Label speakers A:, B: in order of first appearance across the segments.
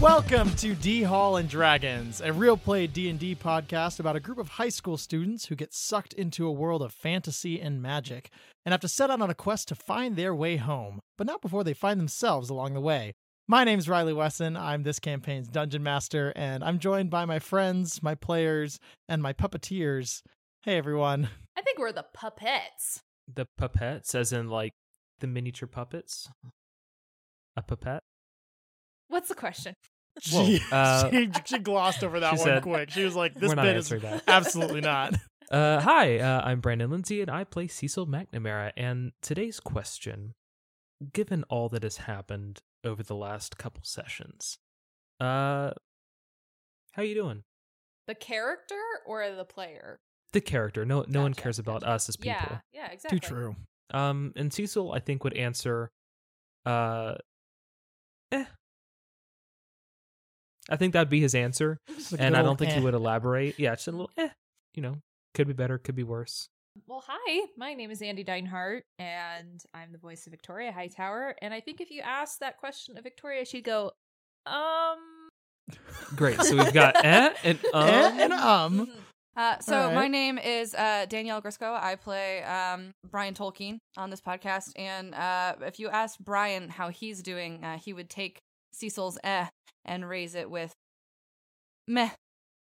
A: Welcome to D Hall and Dragons, a real play D&D podcast about a group of high school students who get sucked into a world of fantasy and magic and have to set out on a quest to find their way home, but not before they find themselves along the way. My name's Riley Wesson. I'm this campaign's dungeon master and I'm joined by my friends, my players, and my puppeteers. Hey everyone.
B: I think we're the puppets.
C: The puppets, as in like the miniature puppets. A puppet.
B: What's the question?
C: Whoa,
A: She,
C: uh,
A: she, she glossed over that
C: she
A: one
C: said-
A: quick. She was like this
C: We're not
A: bit is
C: answering that.
A: absolutely not.
C: Uh, hi, uh, I'm Brandon Lindsay, and I play Cecil McNamara. And today's question: Given all that has happened over the last couple sessions, uh, how you doing?
B: The character or the player?
C: The character, no, no one
B: Gotcha,
C: cares about
B: gotcha.
C: us as people.
B: Yeah, yeah, exactly.
A: Too true.
C: Um, and Cecil, I think, would answer, uh, eh. I think that'd be his answer,
A: Just a good
C: and I
A: old
C: don't think
A: eh.
C: he would elaborate. Yeah, just a little, eh. You know, could be better, could be worse.
B: Well, hi, my name is Andy Deinhart, and I'm the voice of Victoria Hightower. And I think if you asked that question of Victoria, she'd go, um.
C: Great. So we've got eh and um.
A: Eh, and um.
B: mhm.
D: Uh, so
A: All right.
D: my name is uh, Danielle Grisco. I play um, Brian Tolkien on this podcast, and uh, if you asked Brian how he's doing, uh, he would take Cecil's eh and raise it with meh.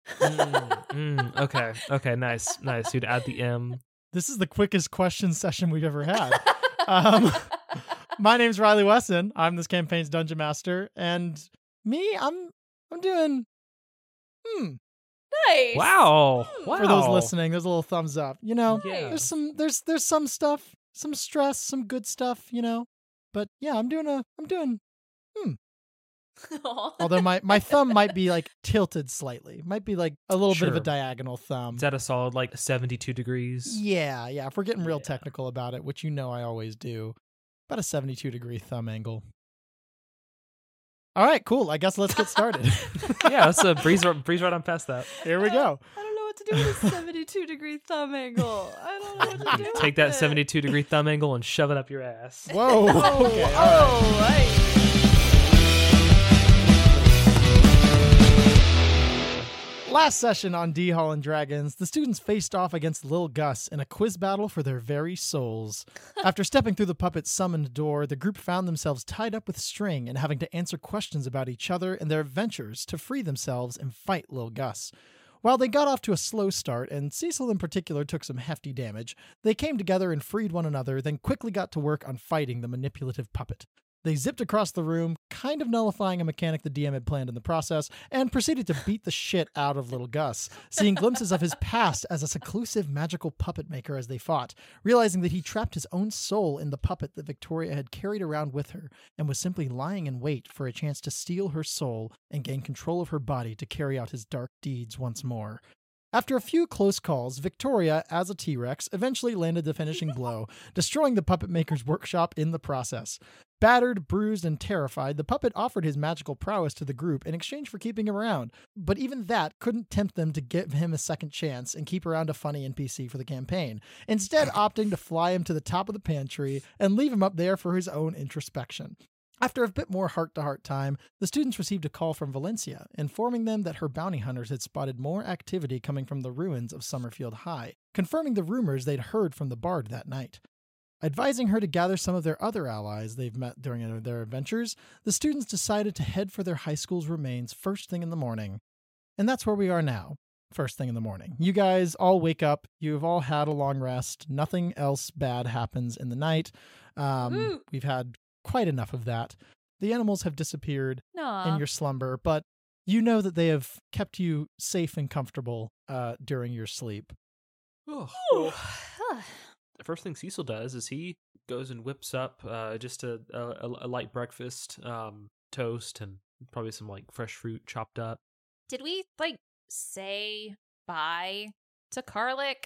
A: hmm,
C: Mm, mm, okay. Okay. Nice. Nice. You'd add the M.
A: This is the quickest question session we've ever had. Um, My name's Riley Wesson. I'm this campaign's dungeon master, and me, I'm I'm doing. Hmm.
B: nice.
C: Wow.
B: Mm.
C: Wow.
A: For those listening, there's a little thumbs up. You know,
C: Yeah.
A: there's some there's there's some stuff, some stress, some good stuff. You know, but yeah, I'm doing a I'm doing.
B: Aw.
A: Although my my thumb might be like tilted slightly, might be like a little bit of a
C: Sure.
A: diagonal thumb.
C: Is that a solid like 72 degrees?
A: yeah, yeah. If we're getting real
C: Yeah.
A: technical about it, which you know I always do, about a 72 degree thumb angle. All right, cool. I guess let's get started.
C: yeah. Let's uh, breeze, right- breeze right on past that.
A: Here we go.
D: I don't know what to do with a 72 degree thumb angle. I don't know what to do.
C: You take that 72 degree thumb angle and shove it up your ass.
A: Whoa. okay, all right.
B: oh, right.
A: Last session on D Hall and Dragons, the students faced off against Lil Gus in a quiz battle for their very souls. After stepping through the puppet's summoned door, the group found themselves tied up with string and having to answer questions about each other and their adventures to free themselves and fight Lil Gus. While they got off to a slow start, and Cecil in particular took some hefty damage, they came together and freed one another, then quickly got to work on fighting the manipulative puppet. They zipped across the room, kind of nullifying a mechanic the DM had planned in the process, and proceeded to beat the shit out of little Gus, seeing glimpses of his past as a seclusive magical puppet maker as they fought, realizing that he trapped his own soul in the puppet that Victoria had carried around with her and was simply lying in wait for a chance to steal her soul and gain control of her body to carry out his dark deeds once more. After a few close calls, Victoria, as a T Rex, eventually landed the finishing blow, destroying the puppet maker's workshop in the process. Battered, bruised, and terrified, the puppet offered his magical prowess to the group in exchange for keeping him around, but even that couldn't tempt them to give him a second chance and keep around a funny NPC for the campaign, instead, opting to fly him to the top of the pantry and leave him up there for his own introspection. After a bit more heart to heart time, the students received a call from Valencia informing them that her bounty hunters had spotted more activity coming from the ruins of Summerfield High, confirming the rumors they'd heard from the bard that night. Advising her to gather some of their other allies they've met during their adventures, the students decided to head for their high school's remains first thing in the morning. And that's where we are now, first thing in the morning. You guys all wake up. You've all had a long rest. Nothing else bad happens in the night. Um,
B: Woo.
A: we've had quite enough of that. The animals have disappeared in
B: No.
A: your slumber, but you know that they have kept you safe and comfortable uh, during your sleep.
C: Well, the first thing Cecil does is he goes and whips up uh, just a, a, a- a light breakfast, um, toast, and probably some like fresh fruit chopped up.
B: Did we, like, say bye to Karlik?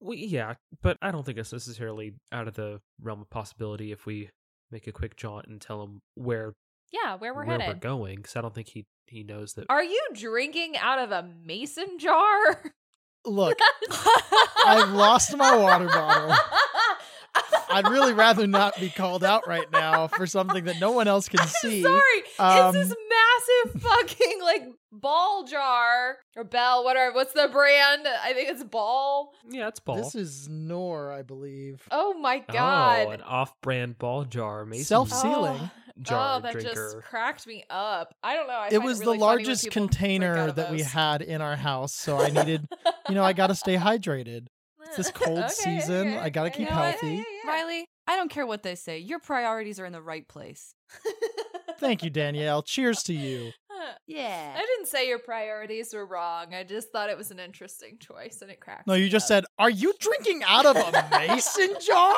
C: We, yeah, but I don't think it's necessarily out of the realm of possibility if we make a quick jaunt and tell him where
B: Yeah, where we're
C: where
B: headed.
C: we're going. Because I don't think he he knows that.
B: Are you drinking out of a mason jar?
A: Look, I've lost my water bottle. I'd really rather not be called out right now for something that no one else can
B: I'm
A: see.
B: Sorry,
A: Um,
B: it's this massive fucking like ball jar or bell, whatever. What's the brand? I think it's Ball.
C: Yeah, it's ball.
A: This is Nor, I believe.
B: Oh my
C: Oh, an
B: god.
C: off-brand ball jar. Mason
A: Self- Ceiling.
B: Oh.
C: jar
B: oh, that just
C: drinker.
B: cracked me up. I don't know. I
A: it
B: find
A: was
B: really
A: the
B: funny when
A: largest
B: people freak out
A: container
B: of
A: that we
B: those.
A: had in our house, so I needed, you know, I got to stay hydrated. It's this cold
B: Okay,
A: season.
B: okay,
A: I got to
B: okay.
A: keep
B: No, I-
A: healthy.
B: yeah, yeah, yeah.
D: Riley, I don't care what they say. Your priorities are in the right place.
A: Thank you, Danielle. Cheers to you.
D: Yeah.
B: I didn't say your priorities were wrong. I just thought it was an interesting choice and it cracked.
A: No,
B: me
A: you just
B: up.
A: said, Are you drinking out of a mason jar?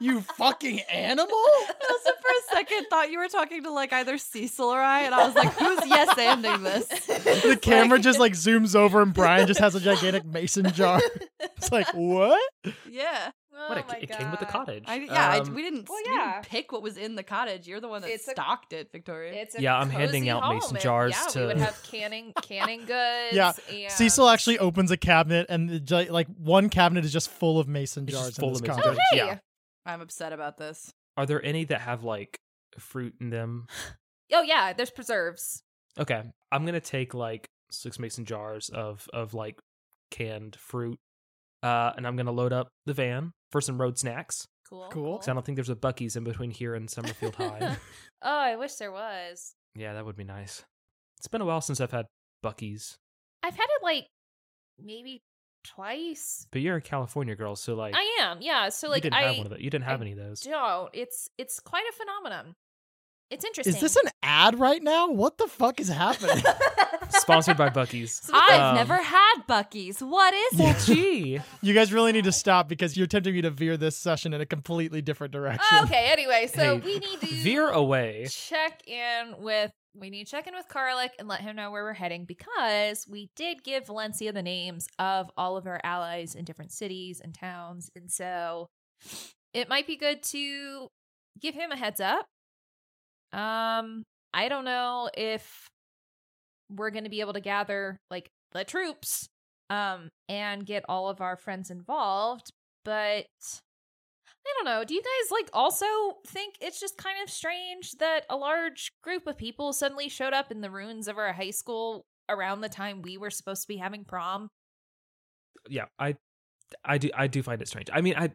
A: You fucking animal?
D: also for a second thought you were talking to like either Cecil or I, and I was like, who's yes anding this?
A: The camera just like zooms over and Brian just has a gigantic mason jar. It's like, What?
D: Yeah.
B: Oh
C: What, it,
B: my
C: it came with the
B: God.
C: cottage.
D: I, yeah, I,
C: Um,
D: we didn't,
B: well,
D: we
B: yeah.
D: didn't pick what was in the cottage. You're the one that
B: It's a-
D: stocked it, Victoria.
B: It's a
C: Yeah, I'm handing
B: cozy
C: out
B: home,
C: mason
B: and
C: jars
B: yeah,
C: to-
B: We would have canning, canning goods.
A: Yeah,
B: and
A: Cecil actually opens a cabinet and the gi- like one cabinet is just full of mason
C: It's
A: jars.
C: just
A: in
C: full
A: this
C: of mason
A: cottage.
C: jars.
B: Hey!
C: Yeah.
D: I'm upset about this.
C: Are there any that have like fruit in them?
B: Oh yeah, there's preserves.
C: Okay, I'm gonna take like six mason jars of of like canned fruit, uh, and I'm gonna load up the van for some road snacks.
D: Cool.
A: Cool.
C: 'cause I don't think there's a Bucky's in between here and Summerfield High.
B: Oh, I wish there was.
C: yeah, that would be nice. It's been a while since I've had Bucky's,
B: I've had it like maybe twice.
C: but you're a California girl, so like,
B: I am, yeah. So like
C: you didn't
B: I
C: have one of those. You didn't have
B: I
C: any of those.
B: don't. It's it's quite a phenomenon. It's interesting.
A: Is this an ad right now? What the fuck is happening?
C: Sponsored by Bucky's.
D: I've
C: Um,
D: never had Bucky's. What is
A: Yeah.
C: Well,
D: it?
C: gee.
A: you guys really need to stop because you're tempting me to veer this session in a completely different direction.
B: Oh, okay, anyway, so
C: Hey,
B: we need to
C: Veer away.
B: check in with we need to check in with Karlik and let him know where we're heading because we did give Valencia the names of all of our allies in different cities and towns, and so it might be good to give him a heads up. Um, I don't know if we're going to be able to gather like the troops, um, and get all of our friends involved, but I don't know. Do you guys like also think it's just kind of strange that a large group of people suddenly showed up in the ruins of our high school around the time we were supposed to be having prom?
C: yeah, I, I do, I do find it strange. I mean, I,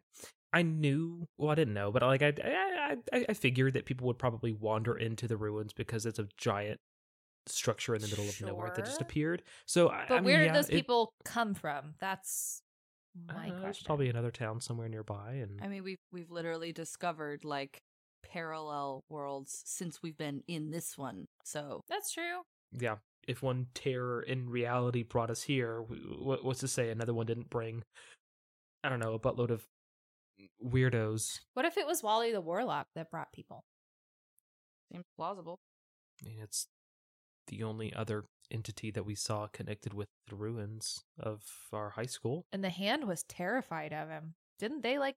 C: I knew, well, I didn't know, but like, I, I, I, I figured that people would probably wander into the ruins because it's a giant structure in the middle of nowhere that just
B: Sure.
C: appeared. So, I,
B: But
C: I mean,
B: where did
C: yeah,
B: those
C: it-
B: people come from? That's
C: I don't
B: my
C: know, There's
B: question.
C: probably another town somewhere nearby, and
D: I mean, we've we've literally discovered like parallel worlds since we've been in this one. So
B: That's true.
C: yeah, if one terror in reality brought us here, wh- wh- what's to say another one didn't bring? I don't know, a buttload of weirdos.
B: What if it was Wally the Warlock that brought people?
D: seems plausible.
C: I mean, it's the only other entity that we saw connected with the ruins of our high school.
B: And the hand was terrified of him. Didn't they like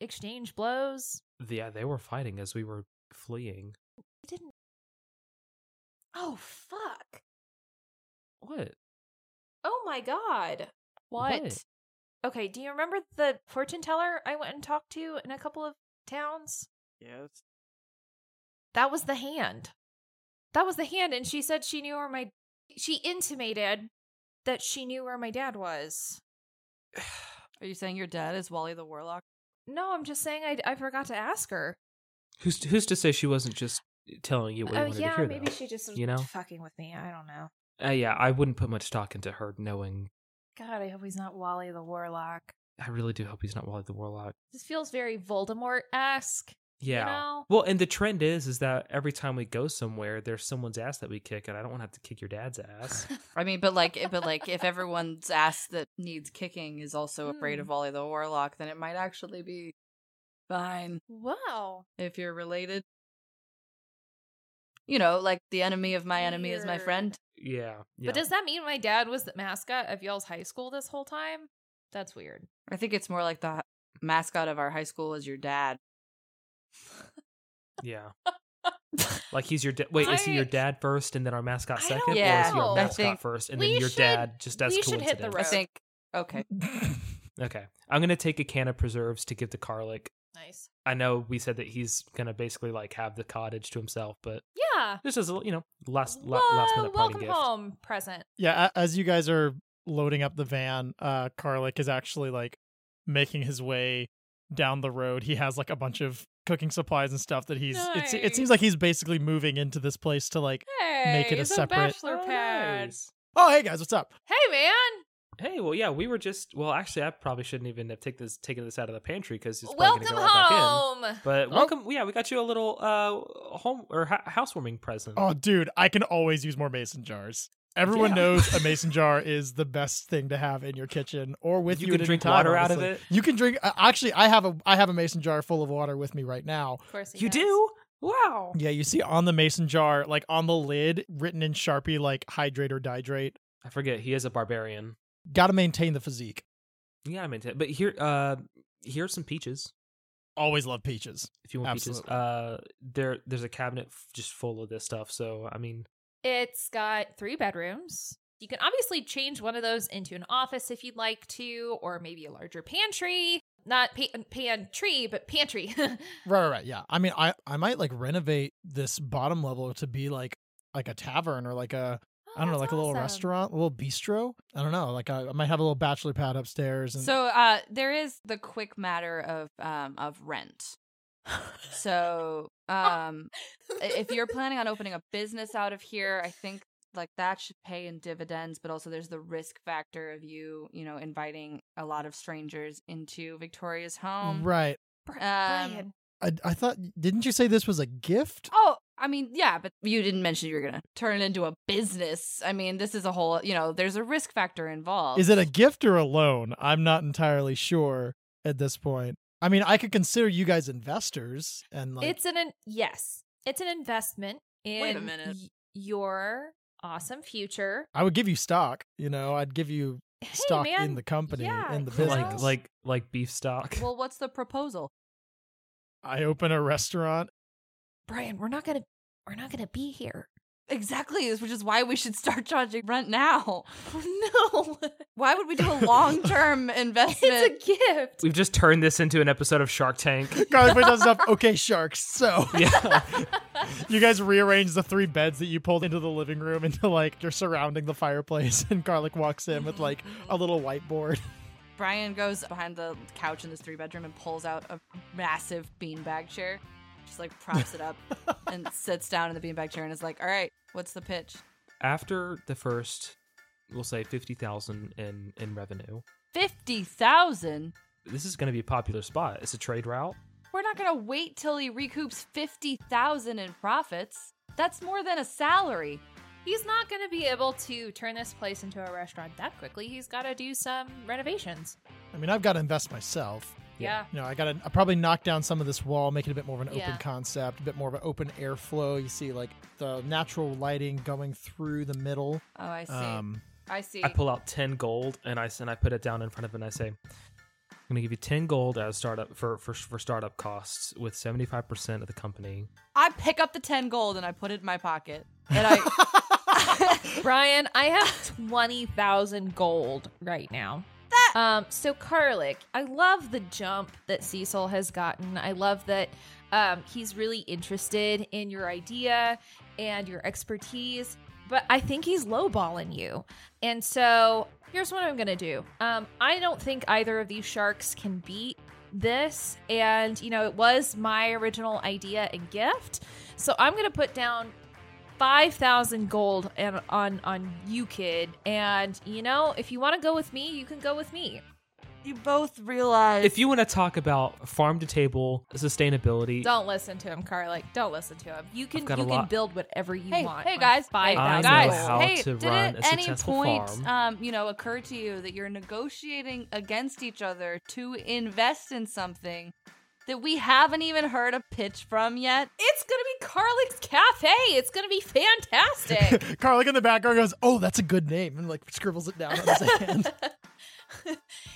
B: exchange blows?
C: Yeah, they were fighting as we were fleeing.
B: They didn't. Oh, fuck.
C: What?
B: Oh my god.
C: What?
B: Okay, do you remember the fortune teller I went and talked to in a couple of towns?
E: Yes.
B: That was the hand. That was the hand, and she said she knew where my. She intimated that she knew where my dad was.
D: Are you saying your dad is Wally the Warlock?
B: No, I'm just saying I, I forgot to ask her.
C: Who's who's to say she wasn't just telling you what you
B: Oh,
C: wanted
B: yeah,
C: to hear?
B: maybe
C: though?
B: she just was
C: you know?
B: fucking with me. I don't know.
C: Uh, yeah, I wouldn't put much stock into her knowing.
B: God, I hope he's not Wally the Warlock.
C: I really do hope he's not Wally the Warlock.
B: This feels very Voldemort esque.
C: Yeah.
B: know?
C: Well, and the trend is is that every time we go somewhere, there's someone's ass that we kick, and I don't want to have to kick your dad's ass.
D: I mean, but like, eh, but like, if everyone's ass that needs kicking is also afraid of
B: Hmm.
D: Wally the Warlock, then it might actually be fine
B: Wow.
D: if you're related. You know, like the enemy of my enemy is my
B: Weird.
D: friend.
C: yeah, yeah.
B: But does that mean my dad was the mascot of y'all's high school this whole time? That's weird.
D: I think it's more like the mascot of our high school is your dad.
C: yeah. Like he's your da- wait, is he your
B: I-
C: dad first, and then our mascot
B: I don't
C: second, or is he
B: know.
C: our
B: I
C: mascot
D: think
C: first, and
B: we
C: then your
B: should-
C: dad just as
B: we should hit the
C: coincidence?
D: I
B: Right.
D: think. Okay.
C: Okay. I'm gonna take a can of preserves to give to Karlik
B: Nice.
C: I know we said that he's gonna basically like have the cottage to himself, but
B: Yeah.
C: this is you know last la-
B: Whoa,
C: last minute party
B: welcome
C: gift.
B: home present.
A: Yeah, a- as you guys are loading up the van, uh Karlik is actually like making his way down the road. He has like a bunch of cooking supplies and stuff that he's it's, it seems
B: Nice.
A: like he's basically moving into this place to like,
B: Hey,
A: it a
B: it's
A: separate-
B: bachelor
C: Oh,
B: pad.
C: nice.
A: "Oh, hey guys, what's up?"
B: Hey, man.
C: Hey, well, yeah, we were just well. Actually, I probably shouldn't even have taken this taken this out of the pantry because it's probably
B: Welcome
C: gonna go right back in.
B: home.
A: Oh.
C: But welcome, yeah, we got you a little uh home or ho- housewarming present.
A: Oh, dude, I can always use more mason jars. Everyone
C: Yeah.
A: knows a mason jar is the best thing to have in your kitchen or with you,
C: you can
A: at any
C: drink
A: time,
C: water out of
A: honestly.
C: it.
A: You can drink. Uh, actually, I have a I have a mason jar full of water with me right now.
B: Of course he
C: You
B: does.
C: do? Wow.
A: Yeah, you see on the mason jar, like on the lid, written in Sharpie, like hydrate or dihydrate.
C: I forget he is a barbarian.
A: Got to maintain the physique.
C: Yeah, I meant it. But here, uh, here's some peaches.
A: Always love peaches.
C: If you want peaches,
A: Absolutely.
C: uh, there there's a cabinet f- just full of this stuff. So I mean,
B: It's got three bedrooms. You can obviously change one of those into an office if you'd like to, or maybe a larger pantry. Not pa- pantry, but pantry.
A: Right, right, right. Yeah. I mean, I I might like renovate this bottom level to be like like a tavern or like a I
B: Oh,
A: don't know, like a little restaurant, a little bistro. I don't know. Like I, I might have a little bachelor pad upstairs. And
D: So uh, there is the quick matter of um, of rent. So um, i- if you're planning on opening a business out of here, I think like that should pay in dividends. But also, there's the risk factor of you, you know, inviting a lot of strangers into Victoria's home.
A: right.
B: um,
D: Brian.
A: I I thought didn't you say this was a gift?
D: Oh, I mean, yeah, but you didn't mention you were gonna turn it into a business. I mean, this is a whole, you know, there's a risk factor involved.
A: Is it a gift or a loan? I'm not entirely sure at this point. I mean, I could consider you guys investors and like
B: it's an, in- yes, it's an investment in
D: Wait a minute.
B: y- your awesome future.
A: I would give you stock, you know, I'd give you
B: Hey,
A: stock
B: man,
A: in the company
B: yeah,
A: in the
B: cool.
A: business.
C: like like like beef stock.
D: Well, what's the proposal?
A: I open a restaurant.
B: Brian, we're not gonna, we're not gonna be here.
D: Exactly, which is why we should start charging rent now.
B: Oh, no,
D: Why would we do a long term investment?
B: it's a gift.
C: We've just turned this into an episode of Shark Tank.
A: Garlic bread does stuff. Okay, sharks. So
C: yeah.
A: you guys rearrange the three beds that you pulled into the living room into like you're surrounding the fireplace, and Garlic walks in with like a little whiteboard.
D: Brian goes behind the couch in this three bedroom and pulls out a massive beanbag chair. Just like props it up and sits down in the beanbag chair and is like, all right, what's the pitch?
C: After the first, we'll say fifty thousand in in revenue.
D: 50,000?
C: This is going to be a popular spot. It's a trade route.
D: We're not going to wait till he recoups 50,000 in profits. That's more than a salary.
B: He's not going to be able to turn this place into a restaurant that quickly. He's got to do some renovations.
A: I mean, I've got to invest myself.
B: Yeah.
A: You know, I got to I probably knock down some of this wall, make it a bit more of an
B: Yeah.
A: open concept, a bit more of an open airflow. You see, like the natural lighting going through the middle.
D: Oh, I see.
A: Um,
D: I see.
C: I pull out ten gold and I s- and I put it down in front of it and I say, "I'm going to give you ten gold as startup for for, for startup costs with seventy five percent of the company."
D: I pick up the 10 gold and I put it in my pocket. And I.
B: Brian, I have 20,000 gold right now. Um, so, Karlik, I love the jump that Cecil has gotten. I love that um, he's really interested in your idea and your expertise, but I think he's lowballing you. And so, here's what I'm going to do um, I don't think either of these sharks can beat this. And, you know, it was my original idea and gift. So, I'm going to put down five thousand gold and on on you kid and you know if you want to go with me you can go with me
D: you both realize.
C: If you want to talk about farm to table sustainability,
B: don't listen to him Carly. don't listen to him you can
C: I've got
B: you
C: a
B: can
C: lot.
B: build whatever you
D: Hey,
B: want
D: hey,
B: on
D: guys.
B: five
C: I
B: thousand
C: know
D: guys,
C: how
D: hey,
C: to
D: did
C: run
D: it
C: a
D: at any
C: successful
D: point,
C: farm.
D: um, you know, occur to you that you're negotiating against each other to invest in something that we haven't even heard a pitch from yet?
B: it's gonna be Carly's cafe it's gonna be fantastic
A: Carlick in the background goes, "Oh, that's a good name," and like scribbles it down on his hand.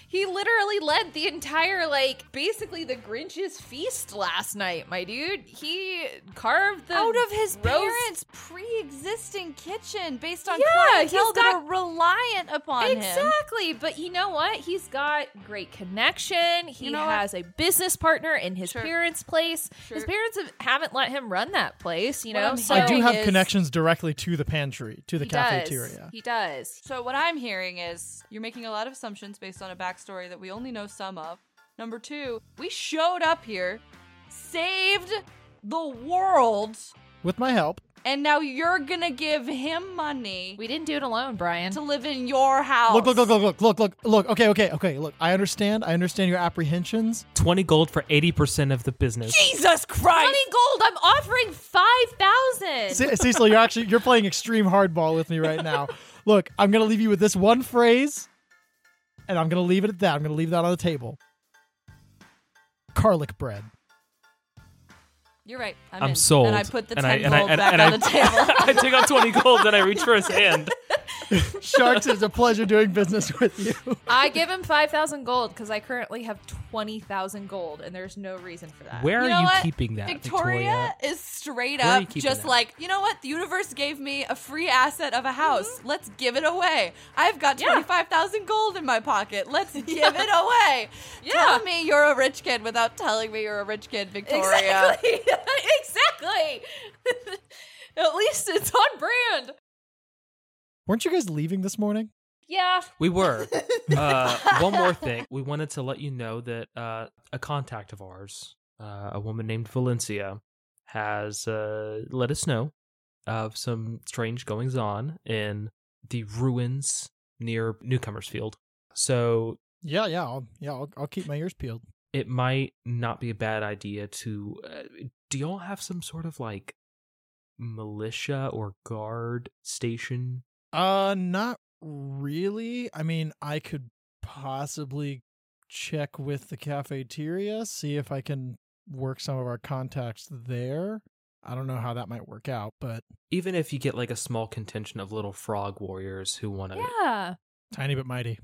B: He literally led the entire, like, basically the Grinch's feast last night, my dude. He carved the
D: out of his
B: roast-
D: parents' pre-existing kitchen based on
B: Yeah,
D: clientele
B: he's
D: that are reliant upon him.
B: Exactly, but you know what? He's got great connection. He
D: know what?
B: has a business partner in his
D: Sure.
B: parents' place. His
D: Sure.
B: parents have, haven't let him run that place, you
D: What
B: know.
D: I'm
B: so
A: I do
D: thing
A: have
D: is-
A: connections directly to the pantry, to the
B: he
A: cafeteria.
B: Does. He does.
D: So what I'm hearing is you're making a lot of assumptions based on a backstory that we only know some of. Number two, we showed up here, saved the world,
A: With my help,
D: and now you're gonna give him money
B: We didn't do it alone, Brian.
D: to live in your house.
A: look, look, look, look, look, look, look, look. Okay, okay, okay. Look, I understand. I understand your apprehensions.
C: 20 gold for 80% of the business.
D: Jesus Christ!
B: Money gold. I'm offering five thousand.
A: Ce- Cecil, you're actually you're playing extreme hardball with me right now. Look, I'm gonna leave you with this one phrase, and I'm gonna leave it at that. I'm gonna leave that on the table. Garlic bread.
D: You're right. I'm,
C: I'm
D: in.
C: sold.
D: And I put the
C: And I-
D: ten
C: and I-
D: gold
C: and I-
D: back
C: and
D: on
C: I-
D: the table.
C: I take out 20 gold and I reach for his hand.
A: Sharks, it's a pleasure doing business with you.
B: I give him five thousand gold because I currently have twenty thousand gold, and there's no reason for that.
C: Where
D: You
C: are
D: know
C: you
D: what?
C: keeping that,
D: Victoria, is straight
C: Where are you
D: up
C: keeping
D: just
C: that?
D: like, you know what? The universe gave me a free asset of a house.
C: Mm-hmm.
D: Let's give it away. I've got
B: Yeah.
D: 25,000 gold in my pocket. Let's give it away.
B: Yeah.
D: Tell me you're a rich kid without telling me you're a rich kid, Victoria.
B: Exactly. exactly. At least it's on brand.
A: Weren't you guys leaving this morning?
B: Yeah.
C: We were. Uh, one more thing. We wanted to let you know that uh, a contact of ours, uh, a woman named Valencia, has uh, let us know of some strange goings on in the ruins near Newcomers Field. So
A: Yeah, yeah, I'll, yeah. I'll, I'll keep my ears peeled.
C: it might not be a bad idea to. Uh, do y'all have some sort of like militia or guard station?
A: Uh, not really. I mean, I could possibly check with the cafeteria, see if I can work some of our contacts there. I don't know how that might work out, but
C: Even if you get like a small contingent of little frog warriors who want to
B: Yeah.
A: tiny but mighty.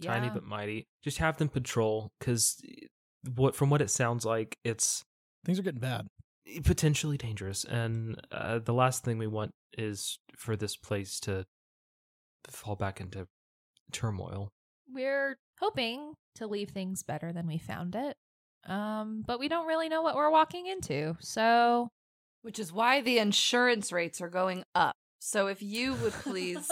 C: tiny but mighty. Just have them patrol because what from what it sounds like, it's
A: Things are getting bad.
C: potentially dangerous. And uh, the last thing we want is for this place to fall back into turmoil.
B: we're hoping to leave things better than we found it. Um, but we don't really know what we're walking into. So
D: Which is why the insurance rates are going up. So if you would please.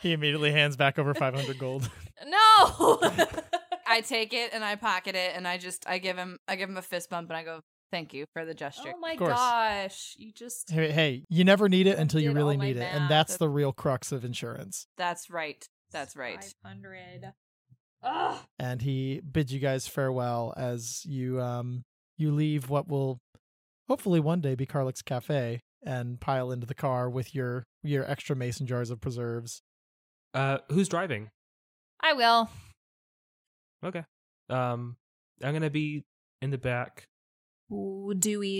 A: He immediately hands back over 500 gold.
B: no.
D: I take it and I pocket it and I just I give him I give him a fist bump and I go thank you for the gesture.
B: oh my
A: course.
B: gosh. You just
A: hey, hey, you never need it until you
B: Did
A: really
B: all oh my
A: need it, and
B: math.
A: that's the real crux of insurance.
D: That's right. That's right.
B: 500. Ugh.
A: and he bids you guys farewell as you um you leave what will hopefully one day be Carlick's Cafe and pile into the car with your your extra mason jars of preserves.
C: Uh, who's driving?
B: I will.
C: Okay. Um, I'm gonna be in the back.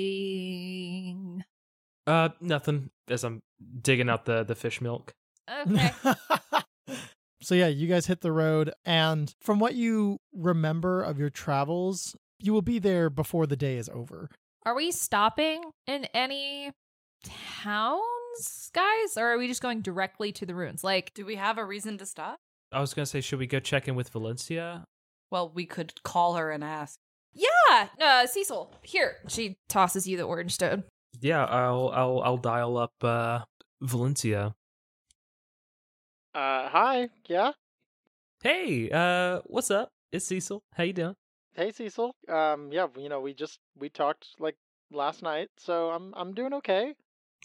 B: Doing.
C: Uh, nothing. As I'm digging out the the fish milk.
B: Okay.
A: so yeah, you guys hit the road and from what you remember of your travels, you will be there before the day is over.
B: Are we stopping in any towns, guys? Or are we just going directly to the ruins? Like,
D: Do we have a reason to stop?
C: I was gonna say, should we go check in with Valencia?
D: Well, we could call her and ask.
B: yeah, uh, Cecil, here. She tosses you the orange stone.
C: Yeah, I'll I'll I'll dial up uh Valencia.
A: Uh hi. Yeah.
C: Hey, uh, what's up? It's Cecil. How you doing?
A: Hey Cecil. Um yeah, you know, we just we talked like last night, so I'm I'm doing okay.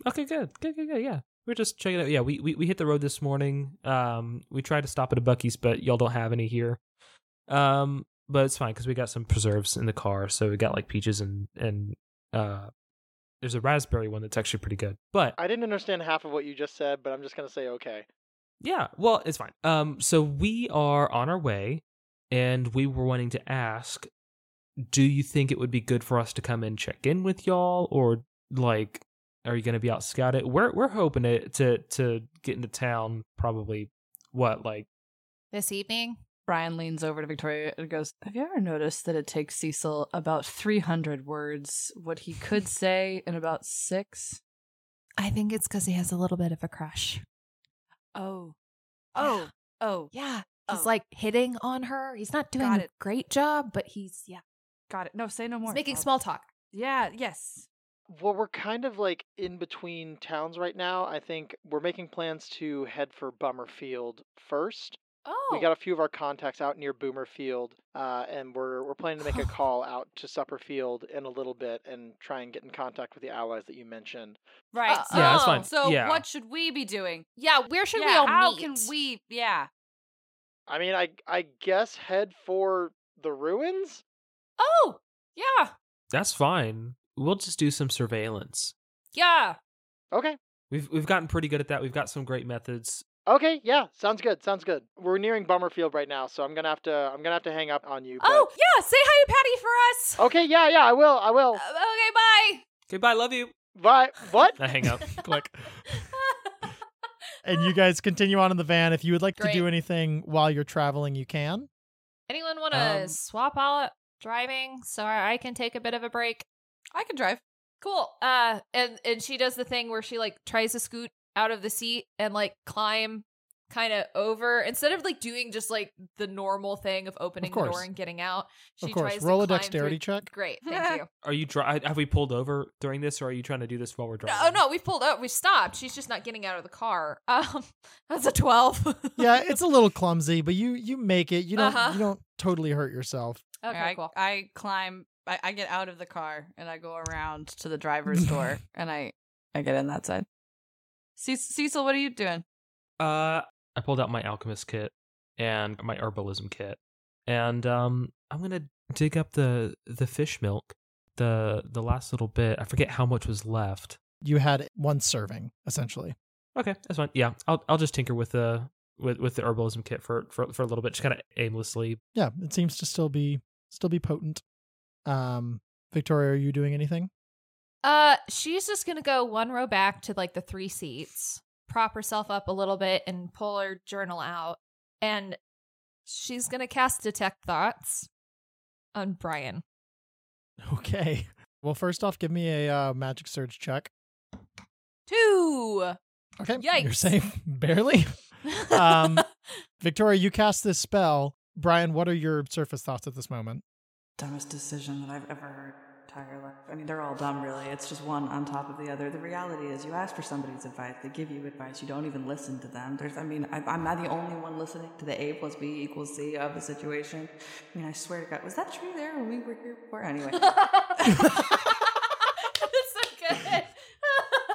C: Okay, good, good, good, good. Yeah, we're just checking out. Yeah, we, we we hit the road this morning. Um, we tried to stop at a Bucky's, but y'all don't have any here. Um, but it's fine because we got some preserves in the car, so we got like peaches and and uh, there's a raspberry one that's actually pretty good. But
A: I didn't understand half of what you just said, but I'm just gonna say okay.
C: yeah, well, it's fine. Um, so we are on our way, and we were wanting to ask, do you think it would be good for us to come and check in with y'all, or like, are you going to be out scouted? We're we're hoping to to to get into town probably what like
B: This evening?
D: Brian leans over to Victoria and goes, Have you ever noticed that it takes Cecil about 300 words what he could say in about six?
B: I think it's because he has a little bit of a crush.
D: Oh. Oh. Oh.
B: Yeah.
D: Oh.
B: He's like hitting on her. He's not doing
D: Got
B: a
D: it.
B: great job, but he's yeah.
D: Got it. No, say no more.
B: He's making
D: I'll-
B: small talk.
D: Yeah, yes.
A: Well, we're kind of like in between towns right now. I think we're making plans to head for Bummerfield first.
B: Oh.
A: We got a few of our contacts out near Boomerfield, uh, and we're we're planning to make a call out to Supperfield in a little bit and try and get in contact with the allies that you mentioned.
D: Right.
B: Uh,
D: so,
C: Yeah, that's fine.
D: So
C: Yeah.
D: what should we be doing?
B: yeah, where should we
D: Yeah,
B: all
D: how
B: meet?
D: can we yeah.
A: I mean, I I guess head for the ruins.
B: Oh,
D: Yeah.
C: That's fine. We'll just do some surveillance.
B: yeah.
A: Okay.
C: We've we've gotten pretty good at that. We've got some great methods.
A: Okay, yeah, sounds good. Sounds good. We're nearing Bummerfield right now, so I'm gonna have to I'm gonna have to hang up on you.
B: Oh, yeah. Say hi to Patty for us.
A: But... Okay, yeah, yeah, I will. I will.
B: Uh, okay, bye.
C: Goodbye, love you.
A: Bye. What?
C: I hang up.
A: Click. And you guys continue on in the van. If you would like to do
B: Great.
A: anything while you're traveling, you can.
B: Anyone want to
C: Um,
B: swap out driving so I I can take a bit of a break?
D: I can drive.
B: Cool. Uh, and and she does the thing where she like tries to scoot out of the seat and like climb kind of over instead of like doing just like the normal thing of opening the door
A: course.
B: and getting out. She
A: of course.
B: tries
A: Roll
B: to
A: a
B: climb
A: dexterity
B: Through-
A: check.
B: Great, thank you.
C: Are you dri- have we pulled over during this or are you trying to do this while we're driving?
B: Oh no, we pulled up. We stopped. She's just not getting out of the car. Um, that's a twelve.
A: yeah, it's a little clumsy, but you you make it. You don't
B: Uh-huh.
A: you don't totally hurt yourself.
B: okay,
D: I,
B: cool.
D: I climb I, I get out of the car and I go around to the driver's door and I I get in that side. Ce- Cecil, what are you doing?
C: Uh, I pulled out my alchemist kit and my herbalism kit, and um, I'm gonna dig up the the fish milk, the the last little bit. I forget how much was left.
A: You had one serving essentially.
C: Okay, that's fine. Yeah, I'll I'll just tinker with the with with the herbalism kit for for for a little bit, just kind of aimlessly.
A: Yeah, it seems to still be still be potent. Um, Victoria, are you doing anything?
B: Uh, she's just gonna go one row back to like the three seats, prop herself up a little bit, and pull her journal out, and she's gonna cast detect thoughts on Brian.
A: Okay. Well, first off, give me a uh, magic surge check.
B: Two.
A: Okay, you're
B: Yikes.
A: safe. Barely. Um, Victoria, you cast this spell. Brian, what are your surface thoughts at this moment?
E: dumbest decision that I've ever heard in my entire life. I mean, they're all dumb, really. It's just one on top of the other. The reality is, you ask for somebody's advice, they give you advice. You don't even listen to them. There's, I mean, I, I'm not the only one listening to the A plus B equals C of the situation. I mean, I swear to God, was that true there when we were here before? Anyway,
B: That's so good.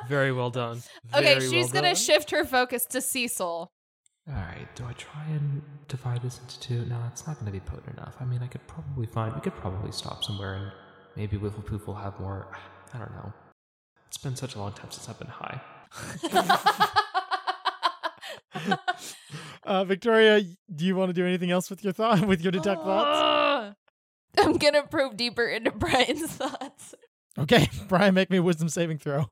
C: Very well done.
B: okay,
C: Very
B: she's
C: well
B: gonna
C: done.
B: shift her focus to Cecil.
C: All right. Do I try and divide this into two? No, it's not going to be potent enough. I mean, I could probably find. We could probably stop somewhere, and maybe Wiffle Poof will have more. I don't know. It's been such a long time since I've been high.
A: Uh, Victoria, do you want to do anything else with your thought with your detect thoughts?
B: Ugh. I'm gonna probe deeper into Brian's thoughts.
A: Okay, Brian, make me a wisdom saving throw.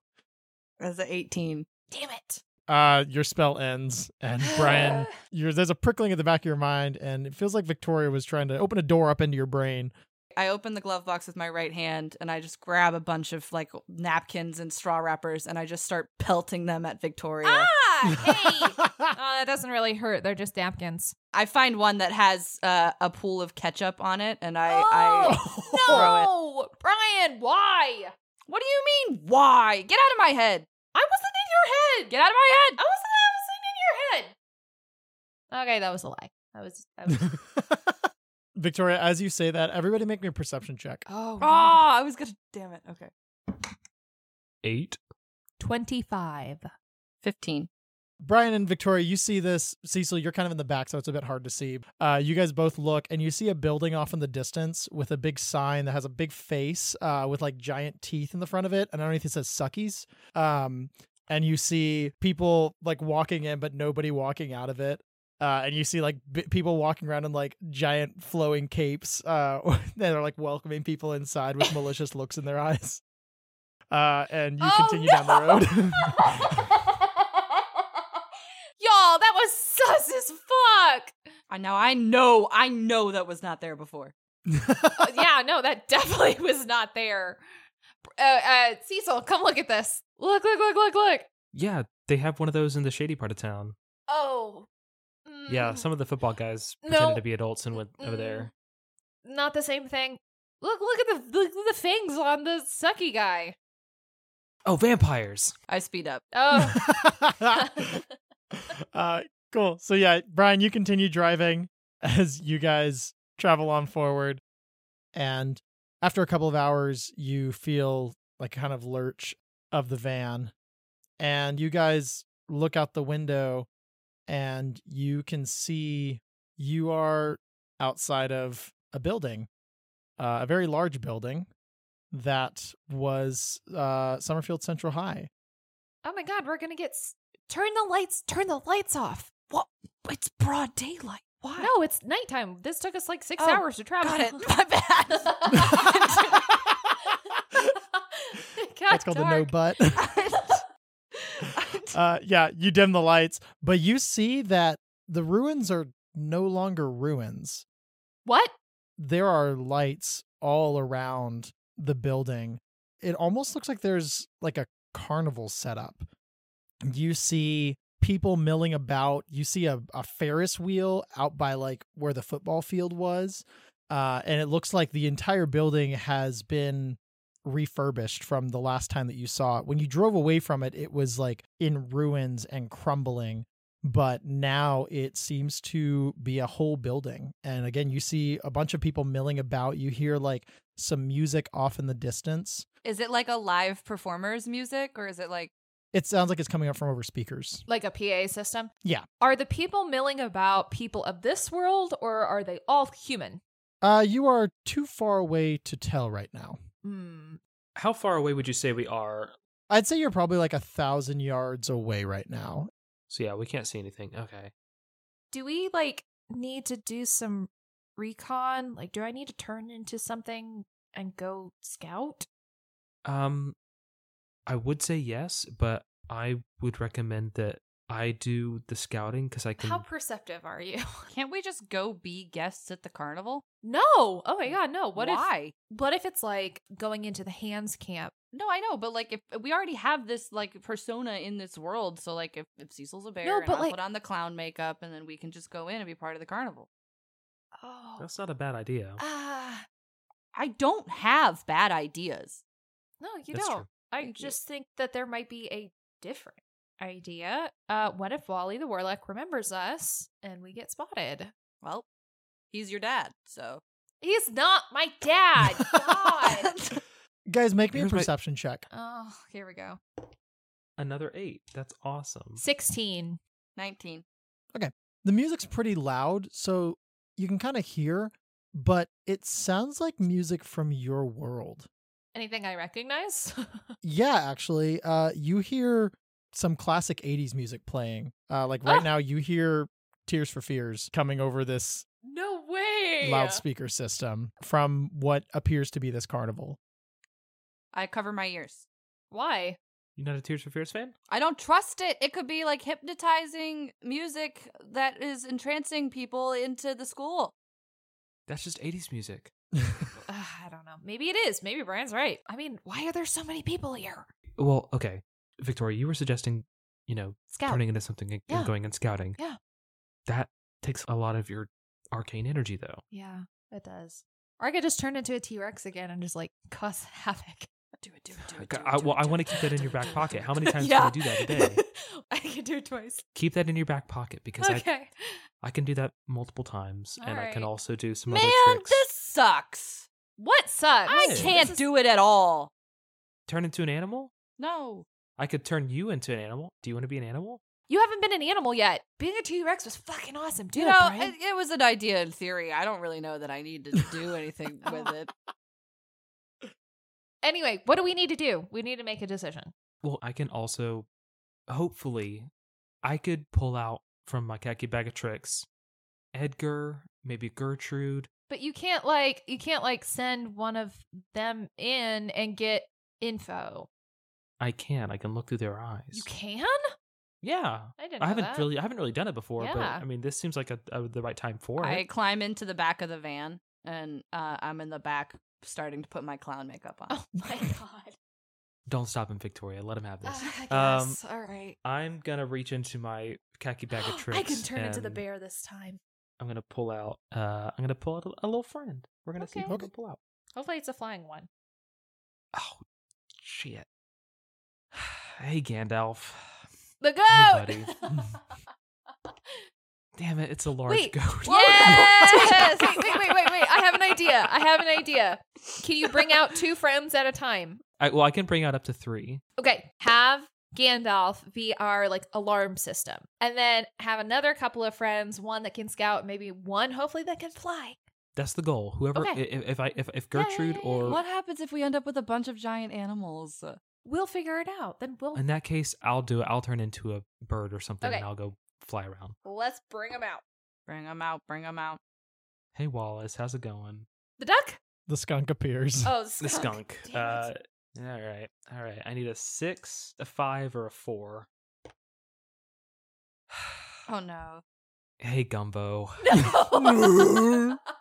D: As a 18.
B: Damn it.
A: Uh, your spell ends, and Brian, you're, there's a prickling at the back of your mind, and it feels like Victoria was trying to open a door up into your brain.
D: I open the glove box with my right hand and I just grab a bunch of like napkins and straw wrappers and I just start pelting them at Victoria.
B: Ah, hey. oh, that doesn't really hurt. They're just napkins.
D: I find one that has uh, a pool of ketchup on it and I,
B: Oh!
D: I
B: no, Brian, why?
D: What do you mean? Why? Get out of my head.
B: I wasn't in your head. Get out of my head. I wasn't. I wasn't in your head. Okay, that was a lie. That was. That was
A: Victoria, as you say that, everybody make me a perception check.
D: Oh,
B: no.
D: I was gonna damn it. Okay.
C: Eight.
B: Twenty-five.
D: Fifteen.
A: Brian and Victoria, you see this. Cecil, you're kind of in the back, so it's a bit hard to see. Uh, you guys both look, and you see a building off in the distance with a big sign that has a big face uh, with like giant teeth in the front of it, and underneath it says Suckies. Um, and you see people like walking in, but nobody walking out of it. Uh, and you see like b- people walking around in like giant flowing capes uh, that are like welcoming people inside with malicious looks in their eyes. Uh, and you
B: Oh,
A: continue down
B: no!
A: the road.
B: Y'all, that was sus as fuck.
D: I- Now I know, I know that was not there before.
B: Uh, yeah, no, that definitely was not there. Uh, uh, Cecil, come look at this. Look, look, look, look, look.
C: Yeah, they have one of those in the shady part of town.
B: Oh. Mm,
C: Yeah, some of the football guys
B: No.
C: pretended to be adults and went over
B: Mm.
C: there.
B: not the same thing. Look, look at the look at the fangs on the sucky guy.
C: Oh, vampires!
D: I speed up.
B: Oh,
A: uh, cool. So yeah, Brian, you continue driving as you guys travel on forward, and after a couple of hours, you feel like kind of lurch of the van, and you guys look out the window, and you can see you are outside of a building, uh, a very large building that was uh, Summerfield Central High.
B: oh my God, we're gonna get. S- turn the lights. Turn the lights off.
D: It's broad daylight. Why?
B: No, it's nighttime. This took us like six
D: Oh,
B: hours to travel.
D: got it. My bad.
B: It got
A: That's called the no
B: dark.
A: butt.
D: I-
A: uh, yeah, you dim the lights, but you see that the ruins are no longer ruins.
B: What?
A: There are lights all around the building. It almost looks like there's like a carnival setup. You see people milling about. You see a, a Ferris wheel out by like where the football field was. Uh, and it looks like the entire building has been refurbished from the last time that you saw it. When you drove away from it, it was like in ruins and crumbling, but now it seems to be a whole building. And again, you see a bunch of people milling about. You hear like some music off in the distance.
D: is it like a live performer's music or is it like
A: It sounds like it's coming up from over speakers.
B: Like a PA system?
A: Yeah.
B: Are the people milling about people of this world, or are they all human?
A: Uh, you are too far away to tell right now.
B: Hmm.
C: How far away would you say we are?
A: I'd say you're probably like a thousand yards away right now.
C: So yeah, we can't see anything. Okay.
B: Do we like need to do some recon? Like, do I need to turn into something and go scout?
C: Um, I would say yes, but I would recommend that I do the scouting because I can.
B: How perceptive are you?
D: can't we just go be guests at the carnival?
B: No. Oh my god, no. What if
D: Why?
B: what if it's like going into the hands camp?
D: No, I know, but like if we already have this like persona in this world, so like if, if Cecil's a bear
B: No,
D: and
B: but,
D: I'll
B: like-
D: put on the clown makeup and then we can just go in and be part of the carnival.
B: Oh.
C: That's not a bad idea.
B: Ah.
D: I don't have bad ideas.
B: no, you
C: That's
B: don't.
C: true.
B: I
D: Thank you.
B: just think that there might be a different idea. Uh what if Wally the Warlock remembers us and we get spotted?
D: Well, he's your dad, so
B: He's not my dad. God.
A: Guys, make me
C: Here's
A: a
C: my-
A: perception check.
B: oh, here we go.
C: Another eight. That's awesome.
B: 16.
D: 19.
A: the music's pretty loud, so you can kind of hear, but it sounds like music from your world.
B: Anything I recognize?
A: Yeah, actually, uh, you hear some classic '80s music playing. Uh, like right
B: Ah!
A: now, you hear "Tears for Fears" coming over this
B: no way.
A: loudspeaker system from what appears to be this carnival.
D: I cover my ears.
B: Why?
C: You not a Tears for Fears fan?
D: I don't trust it. It could be like hypnotizing music that is entrancing people into the school.
C: That's just '80s music.
B: Ugh, I don't know. Maybe it is. Maybe Brian's right. I mean, why are there so many people here?
C: Well, okay, Victoria, you were suggesting, you know,
B: Scout.
C: turning into something and and
B: Yeah.
C: going and scouting.
B: Yeah.
C: That takes a lot of your arcane energy, though.
B: Yeah, it does. Or I could just turn into a T Rex again and just like cuss havoc. Do it, do it, do it.
C: God, I- well, I wanna keep that in your back pocket. How many times
B: can
C: can you do that a day?
B: I can do it twice.
C: Keep that in your back pocket because I
B: Okay.
C: I can do that multiple times, and I
B: Alright.
C: can also do some
D: Man,
C: other tricks.
D: this sucks.
B: What sucks?
D: I
C: Hey.
D: can't
B: This is-
D: do it at all.
C: Turn into an animal.
D: No.
C: I could turn you into an animal. Do you want to be an animal?
B: You haven't been an animal yet. Being a T Rex was fucking awesome. Do
D: you
B: it,
D: know,
B: Brian.
D: it, it was an idea in theory. I don't really know that I need to do anything with it.
B: Anyway, what do we need to do? We need to make a decision.
C: Well, I can also, hopefully, I could pull out from my khaki bag of tricks Edgar, maybe Gertrude.
B: But you can't like you can't like send one of them in and get info.
C: I can. I can look through their eyes.
B: You can?
C: Yeah.
B: I didn't.
C: I
B: know
C: haven't
B: that.
C: really I haven't really done it before, but
B: Yeah.
C: I mean this seems like a, a the right time for
D: I
C: it.
D: climb into the back of the van and uh, I'm in the back starting to put my clown makeup on.
B: Oh my god.
C: Don't stop him, Victoria. Let him have this.
B: Ah, I
C: Um,
B: guess. All right.
C: I'm gonna reach into my khaki bag of tricks.
B: I can turn into the
C: and
B: bear this time.
C: I'm gonna pull out. Uh, I'm gonna pull out a, a little friend. We're gonna see
B: Okay.
C: what
A: Okay.
C: we pull out.
B: Hopefully, it's a flying one.
C: Oh shit! hey Gandalf.
B: The
C: buddy.
B: goat.
C: Damn it! It's a large
B: Wait,
C: goat.
B: yes. wait, wait, wait, wait, wait. I have an idea. I have an idea. Can you bring out two friends at a time?
C: I, well, I can bring out up to three.
B: Okay, have Gandalf be our like alarm system, and then have another couple of friends, one that can scout, maybe one hopefully that can fly.
C: That's the goal. Whoever,
B: Okay.
C: if, if I, if, if
B: Yeah, yeah,
C: Gertrude
B: yeah, yeah.
C: or
D: What happens if we end up with a bunch of giant animals?
B: We'll figure it out. Then we'll
C: in that case, I'll do it. I'll turn into a bird or something,
B: Okay.
C: and I'll go fly around.
B: let's bring him out.
D: Bring them out, bring them out.
C: Hey Wallace, how's it going?
B: The duck.
A: The skunk appears.
B: Oh,
C: The
B: skunk.
C: skunk.
B: Damn
C: Uh,
B: it.
C: all right, all right. I need a six, a five, or a four.
D: Oh no.
C: Hey Gumbo. Uh,
B: No.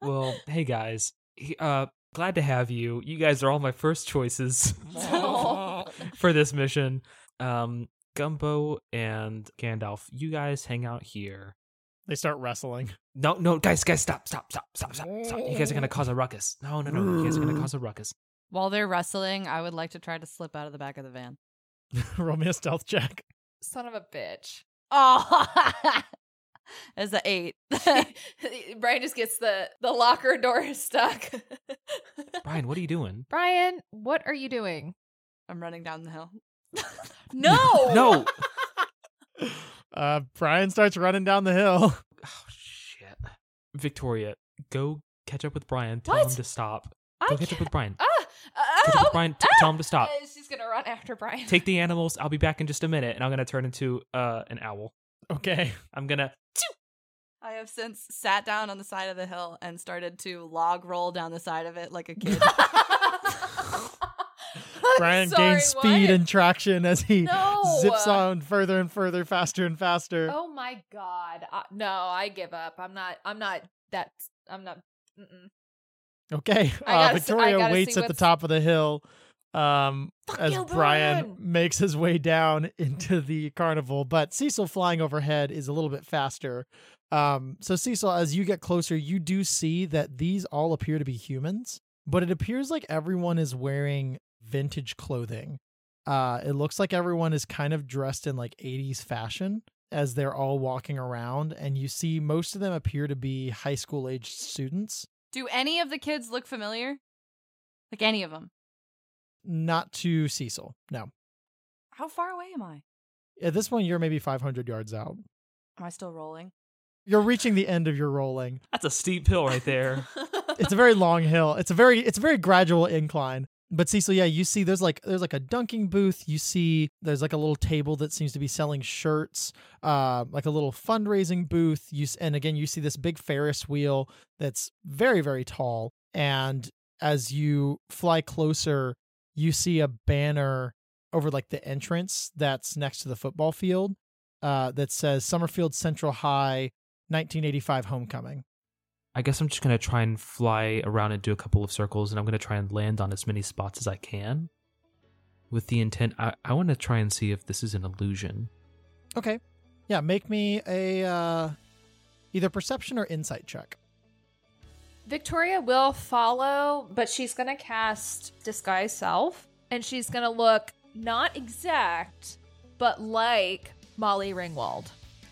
C: Well, hey guys. He, uh, glad to have you. You guys are all my first choices
B: No.
C: for this mission. Um, Gumbo and Gandalf, you guys hang out here.
A: They start wrestling.
C: No, no, guys, guys, stop, stop, stop, stop, stop, stop. You guys are gonna cause a ruckus. No, no, no. You guys are gonna cause a ruckus.
D: While they're wrestling, I would like to try to slip out of the back of the van.
A: Roll me a stealth check.
B: Son of a bitch.
D: Oh, is the eight.
B: Brian just gets the the locker door stuck.
C: Brian, what are you doing?
B: Brian, what are you doing?
D: I'm running down the hill.
B: No.
C: No.
A: Uh, Brian starts running down the hill.
C: Oh shit. Victoria, go catch up with Brian. Tell him
B: What?
C: to stop.
B: I
C: Go catch up
B: can't.
C: with Brian.
B: Ah,
C: Catch up
B: oh,
C: with Brian. T- tell him to stop.
B: Uh, she's gonna run after Brian.
C: Take the animals. I'll be back in just a minute, and I'm gonna turn into uh an owl.
A: Okay.
C: I'm gonna.
D: I have since sat down on the side of the hill and started to log roll down the side of it like a kid.
B: I'm
A: Brian
B: sorry,
A: gains speed
B: what?
A: and traction as he
B: No.
A: zips on further and further, faster and faster.
B: Oh my god! Uh, no, I give up. I'm not. I'm not. That. I'm not. Mm-mm.
A: Okay.
B: I
A: Uh,
B: gotta s- I
A: Victoria
B: gotta
A: waits
B: see
A: at the
B: what's-
A: top of the hill um,
B: Fuck
A: as
B: you,
A: Brian
B: Brian.
A: makes his way down into the carnival. But Cecil flying overhead is a little bit faster. Um, so, Cecil, as you get closer, you do see that these all appear to be humans, but it appears like everyone is wearing vintage clothing. Uh, it looks like everyone is kind of dressed in like 80s fashion as they're all walking around, and you see most of them appear to be high school aged students.
D: Do any of the kids look familiar? Like any of them?
A: Not to Cecil, no.
D: How far away am I?
A: At this point, you're maybe 500 yards out.
D: Am I still rolling?
A: You're reaching the end of your rolling.
C: That's a steep hill right there.
A: It's a very long hill. It's a very it's a very gradual incline. But Cecil, yeah, you see there's like there's like a dunking booth. You see there's like a little table that seems to be selling shirts, uh, like a little fundraising booth. You s- and again you see this big Ferris wheel that's very very tall. And as you fly closer, you see a banner over like the entrance that's next to the football field uh, that says Summerfield Central High 1985 Homecoming.
C: I guess I'm just gonna try and fly around and do a couple of circles, and I'm gonna try and land on as many spots as I can. With the intent, I, I want to try and see if this is an illusion.
A: Okay. Yeah, make me a uh, either perception or insight check.
B: Victoria will follow, but she's gonna cast disguise self, and she's gonna look not exact, but like Molly Ringwald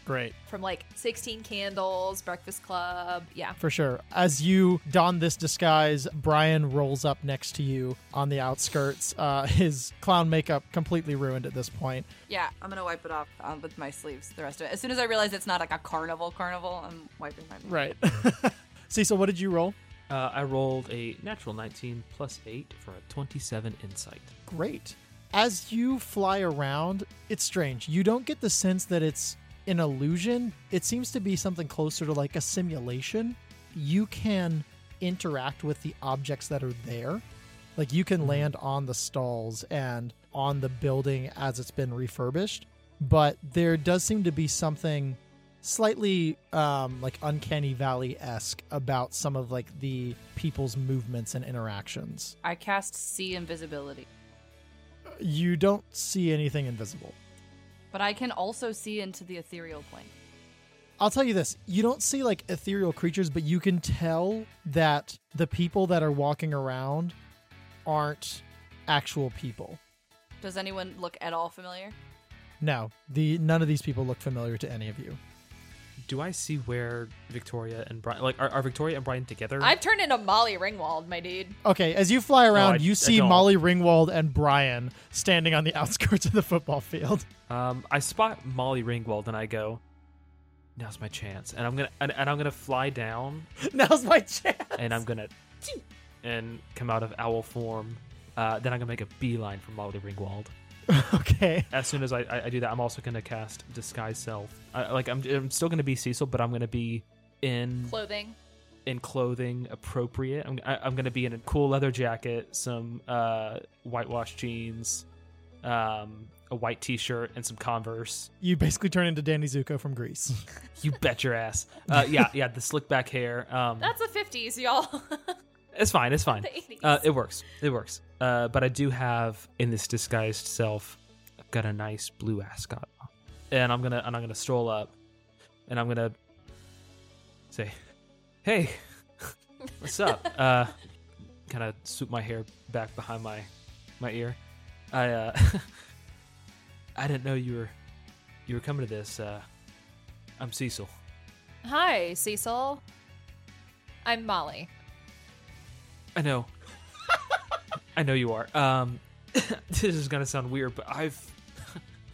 A: Great.
B: from like 16 Candles, Breakfast Club. Yeah.
A: For sure. As you don this disguise, Brian rolls up next to you on the outskirts. Uh, his clown makeup completely ruined at this point.
D: Yeah, I'm gonna wipe it off um, with my sleeves. The rest of it. As soon as I realize it's not like a carnival carnival, I'm wiping my.
A: Right. Cecil, what did you roll?
C: Uh, I rolled a natural 19 plus 8 for a 27 insight.
A: great. As you fly around, it's strange. You don't get the sense that it's an illusion. It seems to be something closer to like a simulation. You can interact with the objects that are there. Like you can land on the stalls and on the building as it's been refurbished, but there does seem to be something slightly um, like uncanny valley esque about some of like the people's movements and interactions.
D: I cast see invisibility,
A: You don't see anything invisible.
D: but I can also see into the ethereal plane.
A: I'll tell you this you don't see like ethereal creatures, but you can tell that the people that are walking around aren't actual people.
D: Does anyone look at all familiar?
A: No, the none of these people look familiar to any of you.
C: Do I see where Victoria and Brian, like, are, are Victoria and Brian together?
B: I've turned into Molly Ringwald, my dude.
A: Okay, as you fly around,
C: I- I
A: you see
C: don't.
A: Molly Ringwald and Brian standing on the outskirts of the football field.
C: Um, I spot Molly Ringwald and I go, "Now's my chance," and I'm gonna and, and I'm gonna fly down
A: Now's my chance.
C: and I'm gonna and come out of owl form. Uh, then I'm gonna make a beeline for Molly Ringwald.
A: Okay.
C: As soon as I, I, I do that, I'm also gonna cast disguise self. I, like I'm, I'm still gonna be Cecil, but I'm gonna be in
B: Clothing.
C: in clothing appropriate. I'm, I, I'm gonna be in a cool leather jacket, some uh, whitewashed jeans, um, a white T-shirt, and some Converse.
A: You basically turn into Danny Zuko from Greece.
C: You bet your ass. Uh, yeah, yeah, the slick back hair. Um,
B: That's the 50s, y'all.
C: it's fine. It's fine.
B: the 80s.
C: Uh, it works. It works. Uh, but I do have in this disguised self, I've got a nice blue ascot, on. and I'm gonna and I'm gonna stroll up, and I'm gonna say, "Hey, what's up?" uh, kind of swoop my hair back behind my my ear. I uh, I didn't know you were you were coming to this. Uh, I'm Cecil.
B: Hi, Cecil. I'm Molly.
C: I know. I know you are. Um, this is gonna sound weird, but I've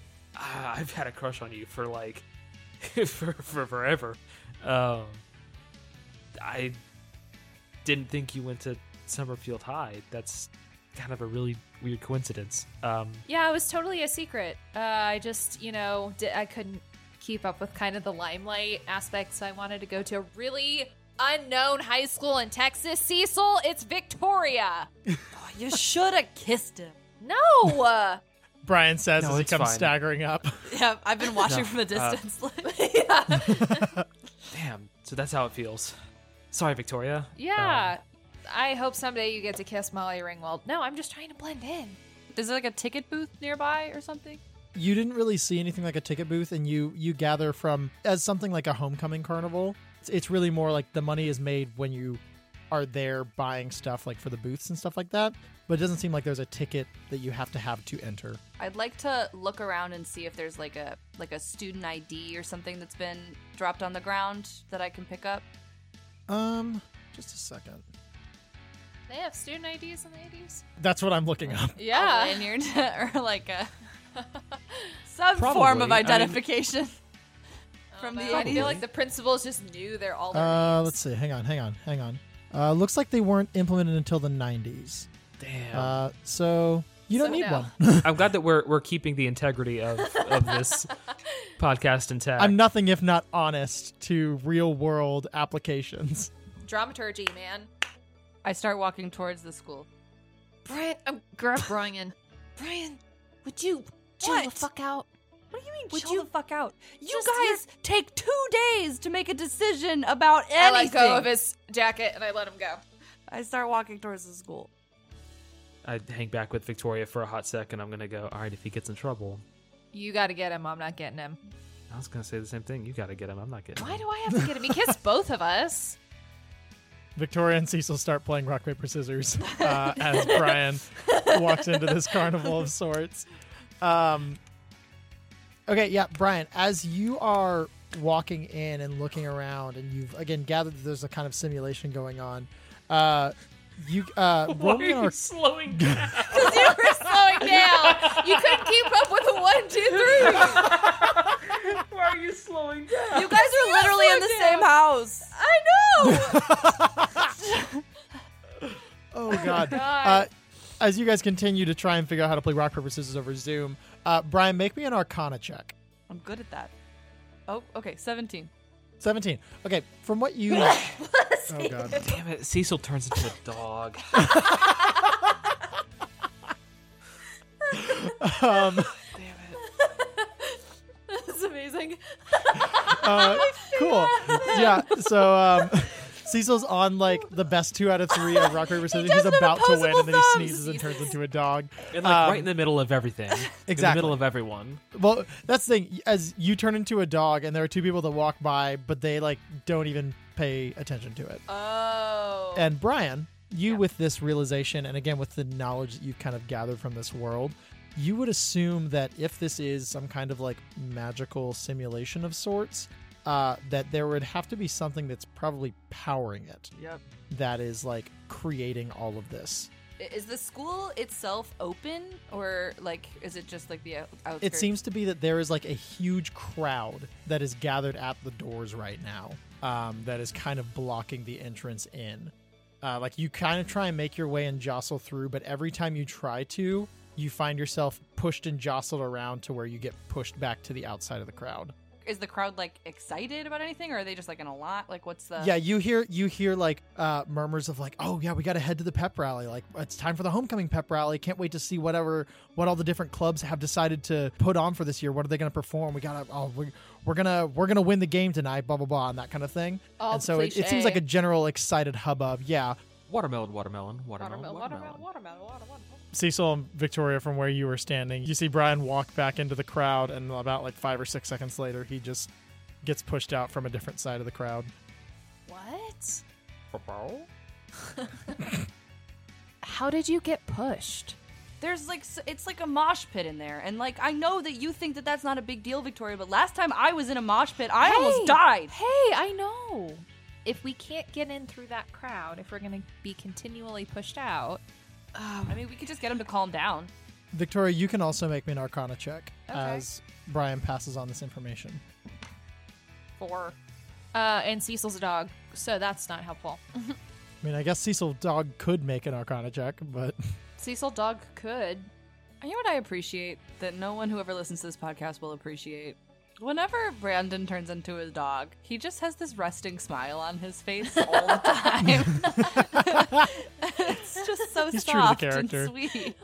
C: uh, I've had a crush on you for like for, for forever. Um, I didn't think you went to Summerfield High. That's kind of a really weird coincidence. Um,
B: Yeah, it was totally a secret. Uh, I just, you know, di- I couldn't keep up with kind of the limelight aspect, so I wanted to go to a really unknown high school in Texas. Cecil, it's Victoria.
D: Oh, you should have kissed him.
B: No, uh,
A: Brian says
C: No,
A: as he
C: it's
A: comes
C: fine.
A: staggering up.
D: Yeah, I've been watching
C: No,
D: from a
C: uh,
D: distance.
B: yeah,
C: damn. So that's how it feels. Sorry, Victoria.
B: yeah.
D: Oh.
B: I hope someday you get to kiss Molly Ringwald. No, I'm just trying to blend in.
D: Is there like a ticket booth nearby or something?
A: you didn't really see anything like a ticket booth and you you gather from as something like a homecoming carnival it's, it's really more like the money is made when you are there buying stuff like for the booths and stuff like that but it doesn't seem like there's a ticket that you have to have to enter
D: I'd like to look around and see if there's like a like a student ID or something that's been dropped on the ground that I can pick up.
A: um just a second
B: They have student IDs in the 80s.
A: that's what i'm looking up
D: A
B: Yeah.
D: lanyard or like a some form
C: Probably. I
D: of
C: mean-
D: identification from the
B: But I
D: 80s.
B: feel like the principals just knew they're all their
A: uh
B: names.
A: let's see hang on hang on hang on uh looks like they weren't implemented until the 90s
C: Damn.
A: uh so you don't
B: Oh. So
A: need
B: no.
A: one
C: I'm glad that we're we're keeping the integrity of of this podcast intact.
A: i'm nothing if not honest to real world applications
B: Dramaturgy, man.
D: I start walking towards the school.
B: Brian, um, grab Brian. Brian, would you chill the
D: What?
B: fuck out?
D: What do you mean?
B: Would
D: chill
B: you-
D: the fuck out? You
B: Just
D: guys take two days to make a decision about anything.
B: I let go of his jacket and I let him go.
D: I start walking towards the school.
C: I hang back with Victoria for a hot second. I'm gonna go. All right, if he gets in trouble,
B: You gotta get him. I'm not getting him.
C: I was gonna say the same thing. You gotta get him. I'm not getting.
B: Why
C: him.
B: do I have to get him? He kissed both of us.
A: Victoria and Cecil start playing rock paper scissors uh, as Brian walks into this carnival of sorts. Um, okay, yeah, Brian. As you are walking in and looking around, and you've again gathered that there's a kind of simulation going on, uh, you uh, roll me an arc-
C: slowing down?
B: Because you were slowing down. You couldn't keep up with the one, two, three.
C: Why are you slowing down?
D: You guys are literally in the same house.
B: I know.
A: Oh God. Uh,
B: God.
A: as you guys continue to try and figure out how to play rock paper scissors over Zoom, uh, Brian, make me an Arcana check.
D: I'm good at that. Oh, okay, 17.
A: 17. Okay, from what you. oh, God.
C: Damn it! Cecil turns into a dog.
A: Um,
E: Damn it.
B: That's amazing.
A: uh, cool. Yeah. So um, Cecil's on like the best two out of three of Rock Paper Scissors. He's
B: doesn't have
A: about to win, and then he
B: opposable
A: sneezes and turns into a dog.
C: And like
A: Um,
C: right in the middle of everything. In the
A: Exactly.
C: middle of everyone.
A: Well, that's the thing. As you turn into a dog, and there are two people that walk by, but they like don't even pay attention to it.
B: Oh.
A: And Brian, you with this realization, and again with the knowledge that you've kind of gathered from this world, you would assume that if this is some kind of like magical simulation of sorts, uh, that there would have to be something that's probably powering it.
E: Yep.
A: That is like creating all of this.
D: Is the school itself open, or like is it just like the out- outskirts?
A: It seems to be that there is like a huge crowd that is gathered at the doors right now um, that is kind of blocking the entrance in. Uh, like you kind of try and make your way and jostle through, but every time you try to, you find yourself pushed and jostled around to where you get pushed back to the outside of the crowd.
D: Is the crowd like excited about anything, or are they just like in a lot? Like, what's the?
A: yeah, you hear you hear like uh, murmurs of like, oh yeah, we got to head to the pep rally. Like it's time for the homecoming pep rally. Can't wait to see whatever what all the different clubs have decided to put on for this year. What are they going to perform? We gotta oh we, we're gonna we're gonna win the game tonight. Blah blah blah and that kind of thing.
D: All
A: and so it, it seems like a general excited hubbub. Yeah,
C: Watermelon, watermelon, watermelon, watermelon.
D: watermelon, watermelon.
A: Cecil and Victoria from where you were standing. You see Brian walk back into the crowd, and about like five or six seconds later, he just gets pushed out from a different side of the crowd.
B: what? How did you get pushed?
D: There's like s- it's like a mosh pit in there, and like I know that you think that that's not a big deal, Victoria, but last time I was in a mosh pit, I almost died.
B: Hey, I know. If we can't get in through that crowd, if we're going to be continually pushed out,
D: I mean, we could just get him to calm down.
A: Victoria, you can also make me an Arcana check
B: Okay.
A: as Brian passes on this information.
D: For
B: uh, and Cecil's a dog, so that's not helpful.
A: I mean, I guess Cecil Dog could make an Arcana check, but
B: Cecil dog could.
D: you know what I appreciate that no one who ever listens to this podcast will appreciate. Whenever Brandon turns into his dog, he just has this resting smile on his face all the time. it's just so
A: He's true to the
D: soft
A: character.
D: and sweet.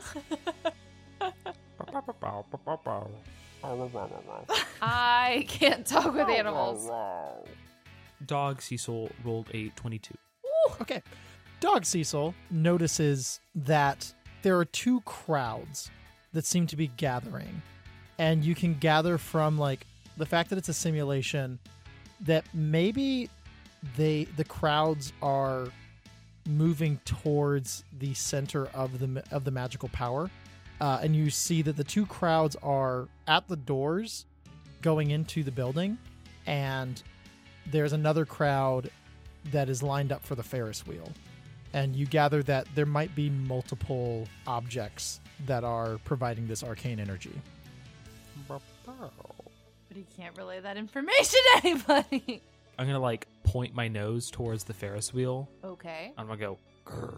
B: I can't talk with animals.
C: Dog Cecil rolled a 22.
A: okay. Dog Cecil notices that there are two crowds that seem to be gathering. And you can gather from like the fact that it's a simulation that maybe they the crowds are moving towards the center of the ma- of the magical power. Uh, and you see that the two crowds are at the doors going into the building and there's another crowd that is lined up for the Ferris wheel. And you gather that there might be multiple objects that are providing this arcane energy.
D: But he can't relay that information to anybody.
C: I'm gonna like point my nose towards the Ferris wheel.
B: Okay.
C: I'm gonna go. Grr.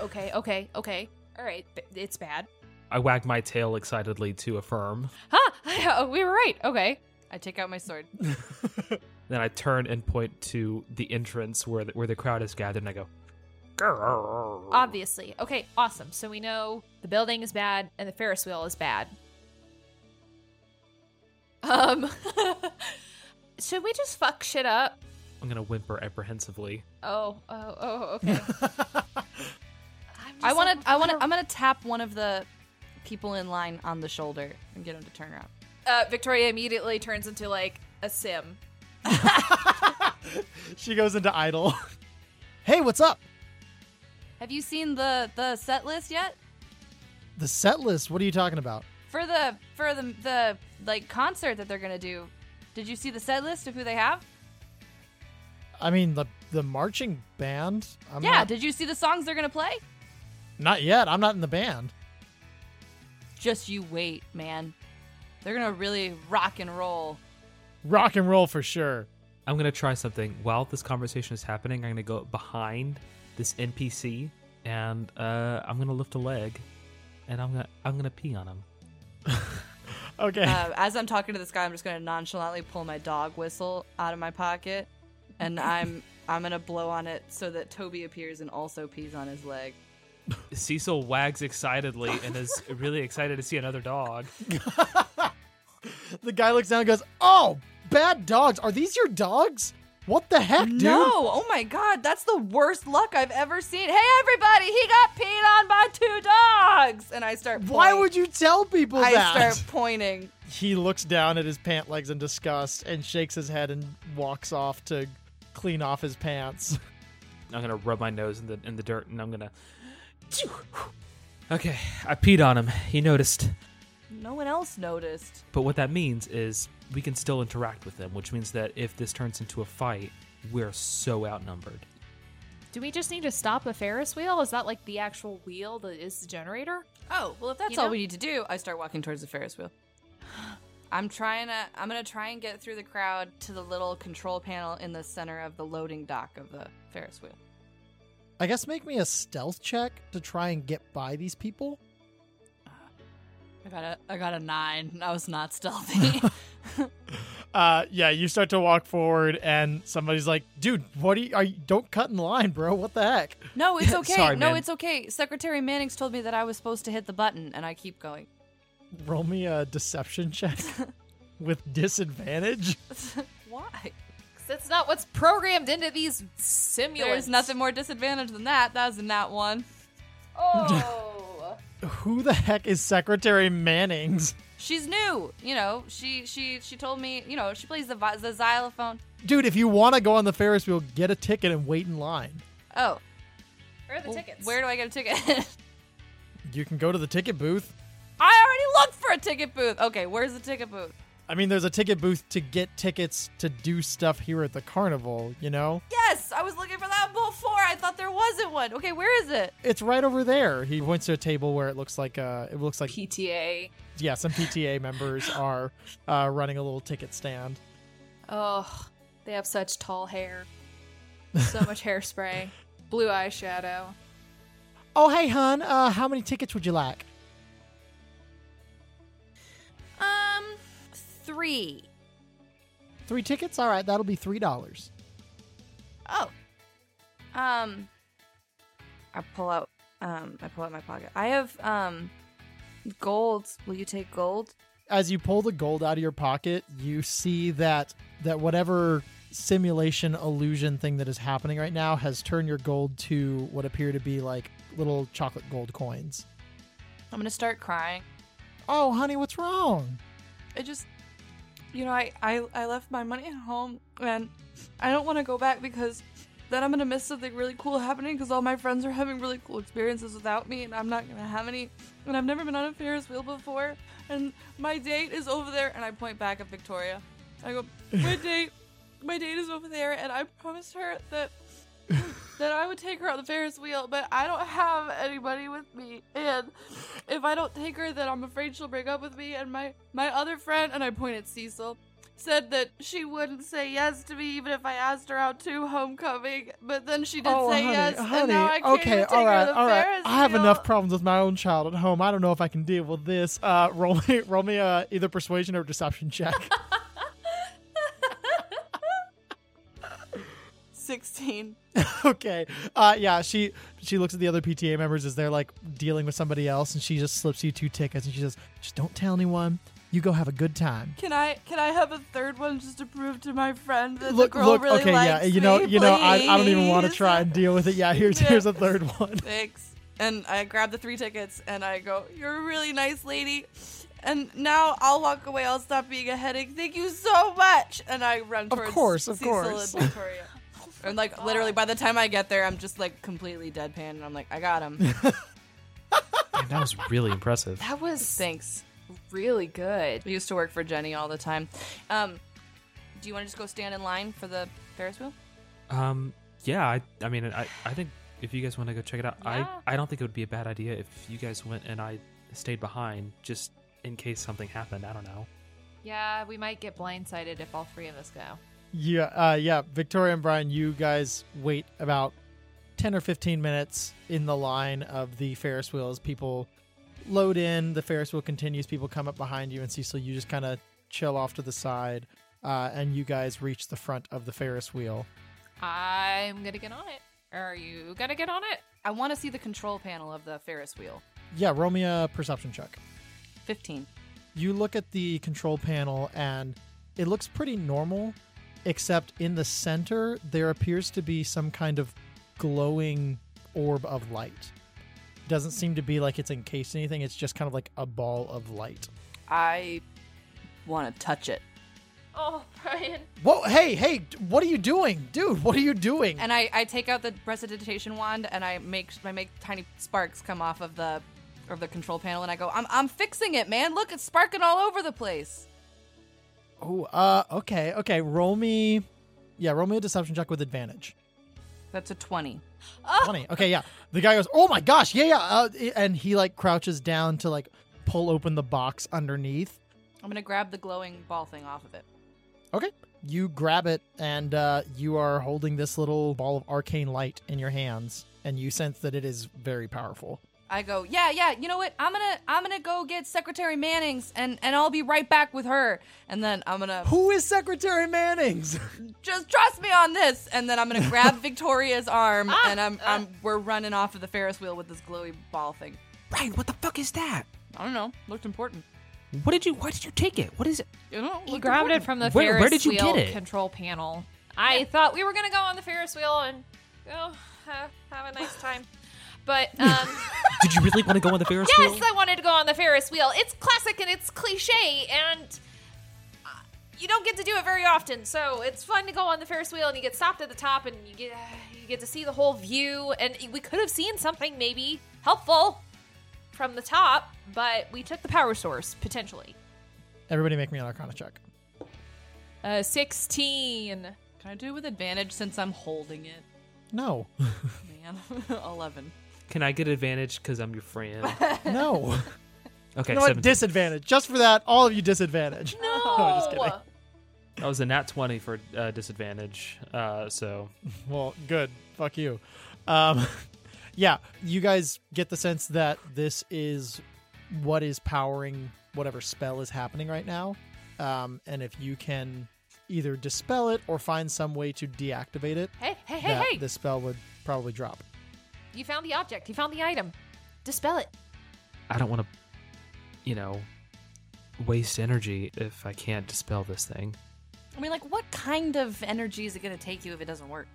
B: Okay, okay, okay. All right. b- It's bad.
C: I wag my tail excitedly to affirm.
B: Huh? oh, We were right. Okay.
D: I take out my sword.
C: Then I turn and point to the entrance where the, where the crowd is gathered, and I go.
B: Obviously. Okay, awesome. So we know the building is bad and the Ferris wheel is bad. Um Should we just fuck shit up?
C: I'm gonna whimper apprehensively.
B: Oh, oh, oh, okay. I'm
D: I
B: just
D: want
B: like,
D: to. I want to.
B: don't-
D: I'm gonna tap one of the people in line on the shoulder and get him to turn around.
B: uh, Victoria immediately turns into like a sim.
A: she goes into idle. hey, what's up?
D: Have you seen the the set list yet
A: The set list, what are you talking about?
D: for the for the the like concert that they're gonna do? Did you see the set list of who they have?
A: I mean, the the marching band? I'm
D: yeah.
A: Not,
D: Did you see the songs they're gonna play?
A: not yet. I'm not in the band.
D: Just you wait, man. They're gonna really rock and roll.
A: Rock and roll for sure.
C: I'm gonna try something. While this conversation is happening, I'm gonna go behind this NPC and uh, I'm gonna lift a leg, and I'm gonna I'm gonna pee on him.
A: Okay.
D: Uh, as I'm talking to this guy, I'm just gonna nonchalantly pull my dog whistle out of my pocket, and I'm I'm gonna blow on it so that Toby appears and also pees on his leg.
C: Cecil wags excitedly and is really excited to see another dog.
A: the guy looks down and goes, "Oh, bad dogs. Are these your dogs? What the heck, dude?"
D: No, oh my god, that's the worst luck I've ever seen. Hey everybody, he got peed on by two dogs. And I start
A: Why
D: point-
A: would you tell people
D: I
A: that?
D: start pointing.
A: He looks down at his pant legs in disgust and shakes his head and walks off to clean off his pants.
C: I'm gonna rub my nose in the in the dirt and I'm gonna. Okay, I peed on him. He noticed.
D: No one else noticed.
C: But what that means is we can still interact with them, which means that if this turns into a fight, we're so outnumbered.
B: Do we just need to stop a Ferris wheel? Is that like the actual wheel that is the generator?
D: Oh, well, if that's
B: You
D: all
B: know?
D: we need to do, I start walking towards the Ferris wheel. I'm trying to. I'm gonna try and get through the crowd to the little control panel in the center of the loading dock of the Ferris wheel.
A: I guess make me a stealth check to try and get by these people.
D: I got a. I got a nine. I was not stealthy.
A: Uh, yeah, you start to walk forward, and somebody's like, "Dude, what do you? Are you don't cut in line, bro. What the heck?"
D: no, it's okay.
C: Sorry,
D: no,
C: man.
D: it's okay. Secretary Mannings told me that I was supposed to hit the button, and I keep going.
A: Roll me a deception check with disadvantage.
D: Why?
B: 'Cause that's not what's programmed into these simulants.
D: There's nothing more disadvantage than that. That was a nat one.
B: Oh.
A: Who the heck is Secretary Mannings?
D: She's new. You know, she she she told me. You know, she plays the vi- the xylophone.
A: Dude, if you want to go on the Ferris wheel, get a ticket and wait in line.
D: Oh,
B: Oh, Where are the
D: well,
B: tickets?
D: where do I get a ticket?
A: You can go to the ticket booth.
D: I already looked for a ticket booth. Okay, where's the ticket booth?
A: I mean, there's a ticket booth to get tickets to do stuff here at the carnival, you know?
D: Yes, I was looking for that before. I thought there wasn't one. Okay, where is it?
A: It's right over there. He points to a table where it looks like uh it looks like
B: PTA.
A: yeah, some PTA members are uh running a little ticket stand.
B: Oh, they have such tall hair. So much hairspray. Blue eyeshadow.
A: Oh, hey hun, uh how many tickets would you like?
B: Um, three.
A: 3 tickets? All right, that'll be $3.
D: Oh. Um I pull out um I pull out my pocket. I have um gold. Will you take gold?
A: as you pull the gold out of your pocket, you see that that whatever simulation illusion thing that is happening right now has turned your gold to what appear to be like little chocolate gold coins.
D: I'm going to start crying.
A: Oh, honey, what's wrong?
D: I just you know, I I I left my money at home and I don't want to go back because then I'm going to miss something really cool happening because all my friends are having really cool experiences without me and I'm not going to have any. And I've never been on a Ferris wheel before. And my date is over there. And I point back at Victoria. I go, my date, my date is over there. And I promised her that that I would take her on the Ferris wheel, but I don't have anybody with me. And if I don't take her, then I'm afraid she'll break up with me. And my, my other friend, and I point at Cecil, said that she wouldn't say yes to me even if I asked her out to homecoming. But then she did
A: oh,
D: say
A: honey,
D: yes,
A: honey.
D: and now I can't
A: okay,
D: even take
A: all right,
D: her to the
A: all right.
D: Ferris
A: I have
D: wheel.
A: enough problems with my own child at home. I don't know if I can deal with this. Uh, roll me, roll me uh, either persuasion or deception check.
D: 16.
A: okay. Uh, yeah, she she looks at the other PTA members as they're like dealing with somebody else, and she just slips you two tickets, and she says, "Just don't tell anyone. You go have a good time."
D: Can I can I have a third one just to prove to my friend that
A: Look,
D: the girl
A: look,
D: really
A: okay, yeah,
D: likes
A: you know,
D: me,
A: you know, I, I don't even want to
D: please?
A: try and deal with it. Yeah, here's
D: Yeah.
A: here's a third one.
D: Thanks. And I grab the three tickets and I go, You're a really nice lady. And now I'll walk away. I'll stop being a headache. Thank you so much. And I run towards
A: course, of
D: Cecil
A: course.
D: and Victoria. and like literally by the time I get there, I'm just like completely deadpan and I'm like, I got him.
C: Damn, that was really impressive.
B: That was
D: Thanks.
B: really good.
D: We used to work for Jenny all the time. Um, do you want to just go stand in line for the Ferris wheel?
C: Um, yeah, I, I mean, I, I think if you guys want to go check it out,
B: Yeah.
C: I, I don't think it would be a bad idea if you guys went and I stayed behind just in case something happened. I don't know.
B: Yeah, we might get blindsided if all three of us go.
A: Yeah, uh, yeah. Victoria and Brian, you guys wait about ten or fifteen minutes in the line of the Ferris wheel as people load in. The Ferris wheel continues. People come up behind you, and Cecil, you just kind of chill off to the side, uh, and you guys reach the front of the Ferris wheel.
B: I'm gonna get on it. Are you gonna get on it?
D: I want to see the control panel of the Ferris wheel.
A: Yeah, roll me a perception check.
D: 15.
A: You look at the control panel and it looks pretty normal, except in the center there appears to be some kind of glowing orb of light. Doesn't seem to be like it's encased in anything, it's just kind of like a ball of light.
D: I want to touch it.
B: Oh, Brian.
A: Whoa, hey, hey, d- what are you doing? Dude, what are you doing?
D: And I, I take out the prestidigitation wand and I make I make tiny sparks come off of the of the control panel and I go, I'm I'm fixing it, man. Look, it's sparking all over the place.
A: Oh, uh, okay, okay, roll me. Yeah, roll me a deception check with advantage.
D: That's a 20.
A: Funny. Okay, yeah. The guy goes, "Oh my gosh, yeah, yeah," uh, and he like crouches down to like pull open the box underneath.
D: I'm gonna grab the glowing ball thing off of it.
A: Okay, you grab it, and uh, you are holding this little ball of arcane light in your hands, and you sense that it is very powerful.
D: I go, yeah, yeah. You know what? I'm gonna I'm gonna go get Secretary Manning's and and I'll be right back with her. And then I'm gonna
A: Who is Secretary Manning's?
D: just trust me on this. And then I'm gonna grab Victoria's arm
B: Ah,
D: and I'm
B: uh.
D: I'm we're running off of the Ferris wheel with this glowy ball thing.
F: Brian, what the fuck is that?
D: I don't know. Looked important.
F: What did you? Why did you take it? What is it?
D: You know,
B: He
D: looked
B: grabbed it
D: important.
B: from the
F: Where-
B: Ferris
F: where did you
B: wheel
F: get it?
B: control panel. I thought we were gonna go on the Ferris wheel and go have, have a nice time, but um,
F: Did you really want to go on the Ferris wheel?
B: yes, I wanted to go on the Ferris wheel. It's classic and it's cliche, and uh, you don't get to do it very often. So it's fun to go on the Ferris wheel, and you get stopped at the top, and you get you get to see the whole view. And we could have seen something maybe helpful from the top, but we took the power source potentially.
A: Everybody, make me an Arcana check.
B: Uh, sixteen.
D: Can I do it with advantage since I'm holding it?
A: No,
D: Man, eleven.
C: Can I get advantage because I'm your friend?
A: no.
C: Okay,
A: you know what?
C: 17.
A: Disadvantage. Just for that, all of you disadvantage.
B: No,
A: just kidding.
C: That was a nat 20 for uh, disadvantage. Uh, so
A: Well, good. Fuck you. Um, yeah, you guys get the sense that this is what is powering whatever spell is happening right now. Um, and if you can either dispel it or find some way to deactivate it,
B: Hey, hey, hey,
A: that
B: hey!
A: the spell would probably drop.
B: You found the object. You found the item. Dispel it.
C: I don't want to, you know, waste energy if I can't dispel this thing.
D: I mean, like, what kind of energy is it gonna take you if it doesn't work?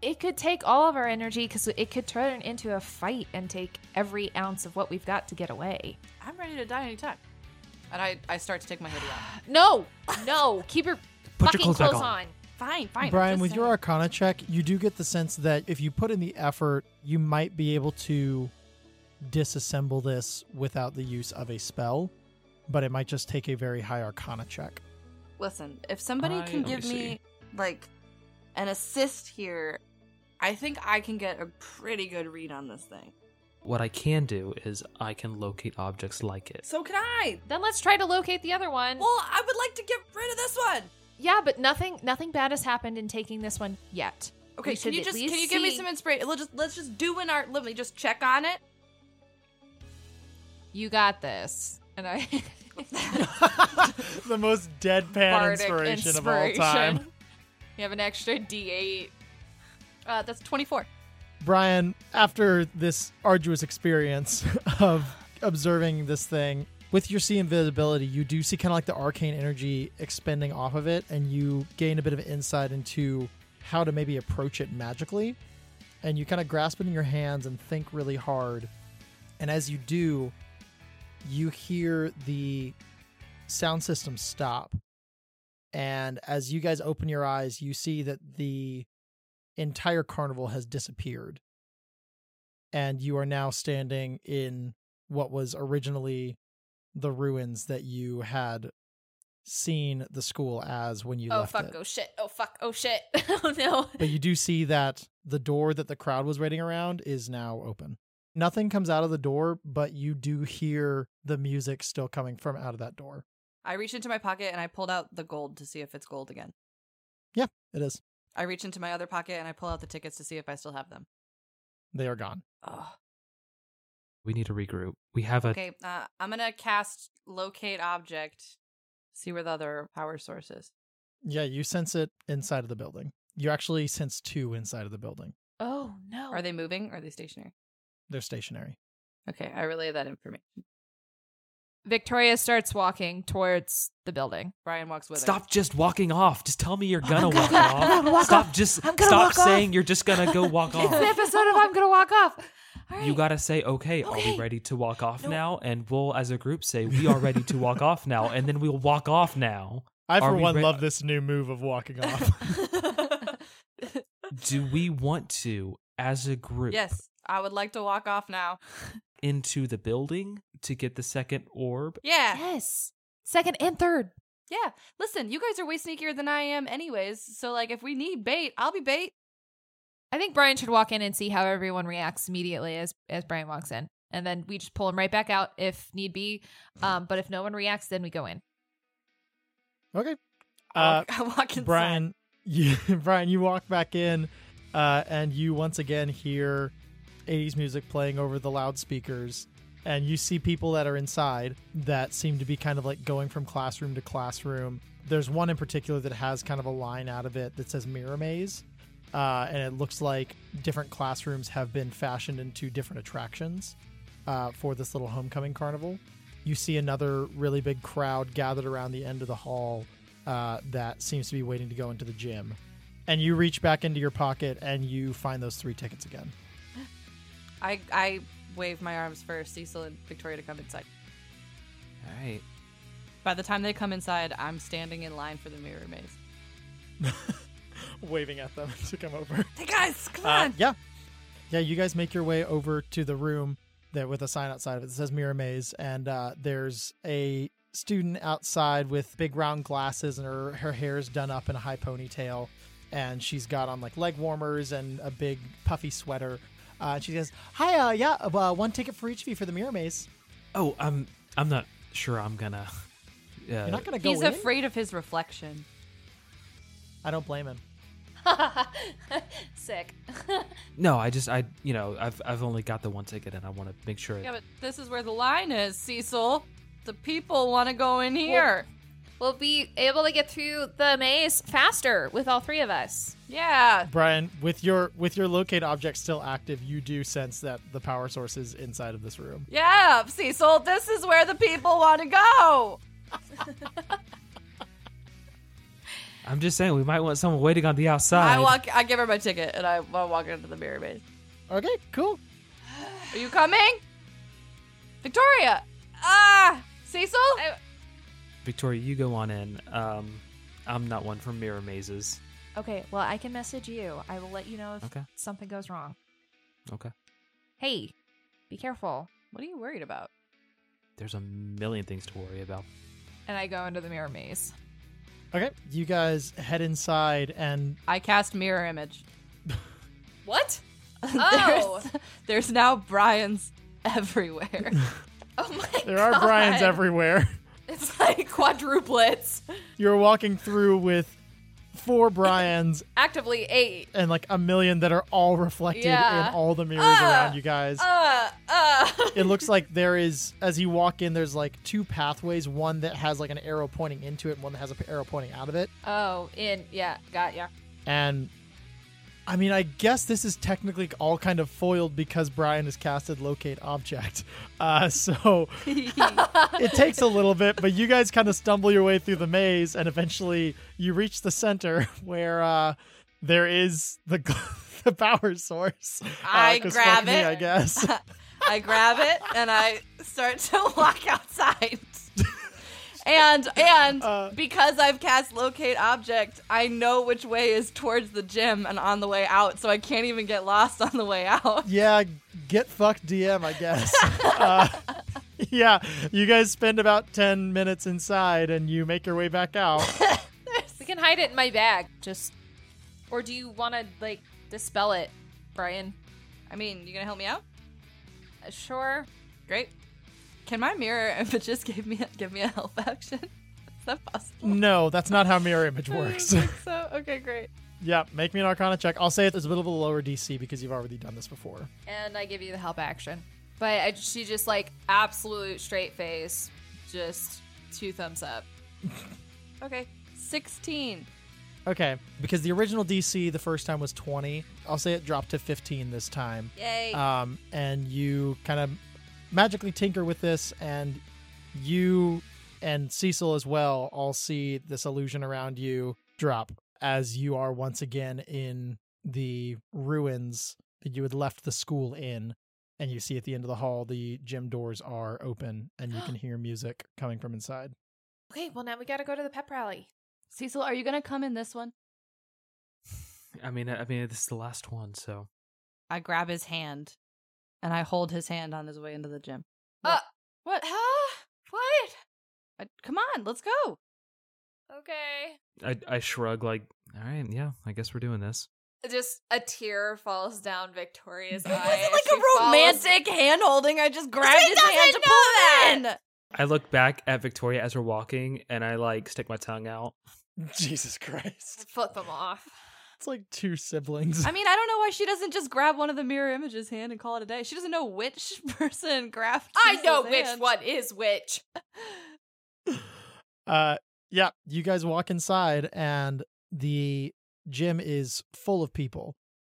B: It could take all of our energy because it could turn into a fight and take every ounce of what we've got to get away.
D: I'm ready to die anytime. And I, I start to take my hoodie off.
B: No, no. Keep your
F: Put your
B: fucking
F: clothes back on.
D: Fine, fine.
A: Brian,
D: just
A: with your
D: saying.
A: Arcana check, you do get the sense that if you put in the effort, you might be able to disassemble this without the use of a spell, but it might just take a very high Arcana check.
D: Listen, if somebody
C: I-
D: can
C: let me
D: give me,
C: see.
D: like an assist here, I think I can get a pretty good read on this thing.
C: What I can do is I can locate objects like it.
D: So can I?
B: Then let's try to locate the other one.
D: Well, I would like to get rid of this one.
B: yeah, but nothing, nothing bad has happened in taking this one yet.
D: Okay,
B: We
D: can
B: should
D: you
B: at
D: just
B: least
D: can you give me
B: see-
D: some inspiration? Let's just let's just do an art. Let me just check on it.
B: You got this. And I
A: the most deadpan
B: Bardic
A: inspiration, of all time.
B: inspiration. You have an extra D8.
D: Uh, that's twenty four.
A: Brian, after this arduous experience of observing this thing, with your see invisibility, you do see kind of like the arcane energy expending off of it, and you gain a bit of insight into how to maybe approach it magically. And you kind of grasp it in your hands and think really hard. And as you do, you hear the sound system stop. And as you guys open your eyes, you see that the entire carnival has disappeared. And you are now standing in what was originally the ruins that you had seen the school as when you
B: oh
A: left
B: fuck!
A: it.
B: Oh shit! Oh fuck! Oh shit! oh no!
A: But you do see that the door that the crowd was waiting around is now open. Nothing comes out of the door, but you do hear the music still coming from out of that door.
D: I reached into my pocket and I pulled out the gold to see if it's gold again.
A: It is.
D: I reach into my other pocket and I pull out the tickets to see if I still have them.
A: They are gone.
D: Oh.
C: We need to regroup. We have a.
D: Okay, uh, I'm gonna cast locate object. See where the other power source is.
A: Yeah, you sense it inside of the building. You actually sense two inside of the building.
B: Oh no.
D: Are they moving or are they stationary?
A: They're stationary.
D: Okay, I relay that information.
B: Victoria starts walking towards the building.
D: Brian walks with her.
F: Stop just walking off. Just tell me you're gonna, walk,
B: gonna-
F: off.
B: I'm gonna walk
F: stop
B: off.
F: just
B: Oh, I'm gonna
F: stop
B: walk off.
F: saying you're just gonna go walk
B: It's an
F: off.
B: episode of I'm gonna walk off. All right.
F: Oh. You gotta say, okay, are
B: Okay.
F: we ready to walk off
B: No.
F: now? And we'll, as a group, say we are ready to walk off now, and then we'll walk off now.
A: I,
F: Are
A: for
F: we
A: one,
F: re-
A: love this new move of walking off.
F: Do we want to, as a group,
D: Yes, I would like to walk off now.
F: into the building to get the second orb?
D: Yeah,
B: yes. Second and third.
D: yeah. Listen, you guys are way sneakier than I am, anyways. So like, if we need bait, I'll be bait.
B: I think Brian should walk in and see how everyone reacts immediately as as Brian walks in. And then we just pull him right back out if need be. Um, but if no one reacts, then we go in.
A: okay.
D: I'll-
A: Uh,
D: I walk inside.
A: Brian, you, Brian, you walk back in, uh, and you once again hear 80s music playing over the loudspeakers, and you see people that are inside that seem to be kind of like going from classroom to classroom. There's one in particular that has kind of a line out of it that says Mirror Maze, uh, and it looks like different classrooms have been fashioned into different attractions uh, for this little homecoming carnival. You see another really big crowd gathered around the end of the hall uh, that seems to be waiting to go into the gym. And you reach back into your pocket and you find those three tickets again.
D: I I wave my arms for Cecil and Victoria to come inside.
F: All right.
D: By the time they come inside, I'm standing in line for the mirror maze.
A: Waving at them to come over.
D: Hey guys, come
A: Uh,
D: on!
A: yeah. Yeah, you guys make your way over to the room that with a sign outside of it that says Mirror Maze, and uh, there's a student outside with big round glasses and her, her hair is done up in a high ponytail, and she's got on like leg warmers and a big puffy sweater. Uh, and she says, "Hi, uh, yeah, uh, one ticket for each of you for the Mirror Maze.
F: Oh, I'm I'm not sure I'm gonna. Uh,
A: You're not gonna go
D: He's
A: in.
D: afraid of his reflection.
A: I don't blame him.
B: Sick.
F: no, I just I you know I've I've only got the one ticket, and I want to make sure.
D: Yeah, but this is where the line is, Cecil. The people want to go in here.
B: we'll be able to get through the maze faster with all three of us.
D: yeah.
A: Brian, with your with your locate object still active, you do sense that the power source is inside of this room.
D: Yeah, Cecil, this is where the people want to go.
F: I'm just saying we might want someone waiting on the outside.
D: I walk I give her my ticket and I, I walk into the mirror maze.
A: Okay, cool.
D: Are you coming? Victoria. Ah, Cecil?
F: Victoria, you go on in. Um, I'm not one for mirror mazes.
B: Okay, well, I can message you. I will let you know if
F: Okay.
B: something goes wrong.
F: Okay.
B: Hey, be careful.
D: what are you worried about?
F: There's a million things to worry about.
B: And I go into the mirror maze.
A: Okay, you guys head inside and
D: I cast mirror image.
B: What?
D: Oh. there's, there's now Brian's everywhere.
B: Oh my
A: there are Brian's everywhere.
D: it's like quadruplets.
A: You're walking through with four Brian's
B: Actively eight.
A: and like a million that are all reflected
D: Yeah.
A: in all the mirrors around you guys.
D: Uh, uh.
A: it looks like there is as you walk in there's like two pathways, one that has like an arrow pointing into it and one that has an arrow pointing out of it.
B: Oh, in. Yeah, got ya.
A: And I mean, I guess this is technically all kind of foiled because Brian has casted locate object. Uh, so it takes a little bit, but you guys kind of stumble your way through the maze and eventually you reach the center where uh, there is the, the power source. Uh,
D: I
A: 'cause
D: grab
A: fuck me,
D: it.
A: I guess.
D: I grab it and I start to walk outside. And and
A: Uh.
D: because I've cast locate object, I know which way is towards the gym and on the way out, so I can't even get lost on the way out.
A: yeah, get fucked DM, I guess. uh, yeah, you guys spend about 10 minutes inside and you make your way back out.
B: We can hide it in my bag. Just. Or do you want to, like, dispel it, Brian?
D: I mean, you gonna help me out?
B: Uh, sure.
D: Great. Can my mirror image just give me give me a help action? Is that possible?
A: No, that's not how mirror image works.
D: I don't think so okay, great.
A: yeah, make me an Arcana check. I'll say it's a bit of a lower DC because you've already done this before.
B: And I give you the help action. But I, she just, like, absolute straight face. Just two thumbs up.
D: Okay, sixteen.
A: Okay, because the original DC the first time was 20. I'll say it dropped to 15 this time.
B: Yay.
A: Um, and you kind of magically tinker with this, and you and Cecil as well all see this illusion around you drop as you are once again in the ruins that you had left the school in. And you see at the end of the hall, the gym doors are open, and you can hear music coming from inside.
B: okay, well, now we got to go to the pep rally.
D: Cecil, are you gonna come in this one?
F: I mean, I I mean, this is the last one, so
D: I grab his hand, and I hold his hand on his way into the gym.
B: Uh,
D: what?
B: Huh? What?
D: Uh, Come on, let's go.
B: Okay.
F: I I shrug like, all right, yeah, I guess we're doing this.
B: Just a tear falls down Victoria's eye.
D: It
B: as
D: wasn't like
B: she
D: a
B: follows-
D: romantic hand holding. I just grabbed
B: She
D: his hand to
B: doesn't
D: pull
B: know
D: it in.
F: I look back at Victoria as we're walking, and I like stick my tongue out.
A: Jesus Christ.
B: Flip them off.
A: It's like two siblings.
D: I mean, I don't know why she doesn't just grab one of the mirror images hand and call it a day. She doesn't know which person grabbed.
B: I know
D: Cecil's
B: which
D: hand.
B: one is which.
A: Uh, yeah, you guys walk inside, and the gym is full of people.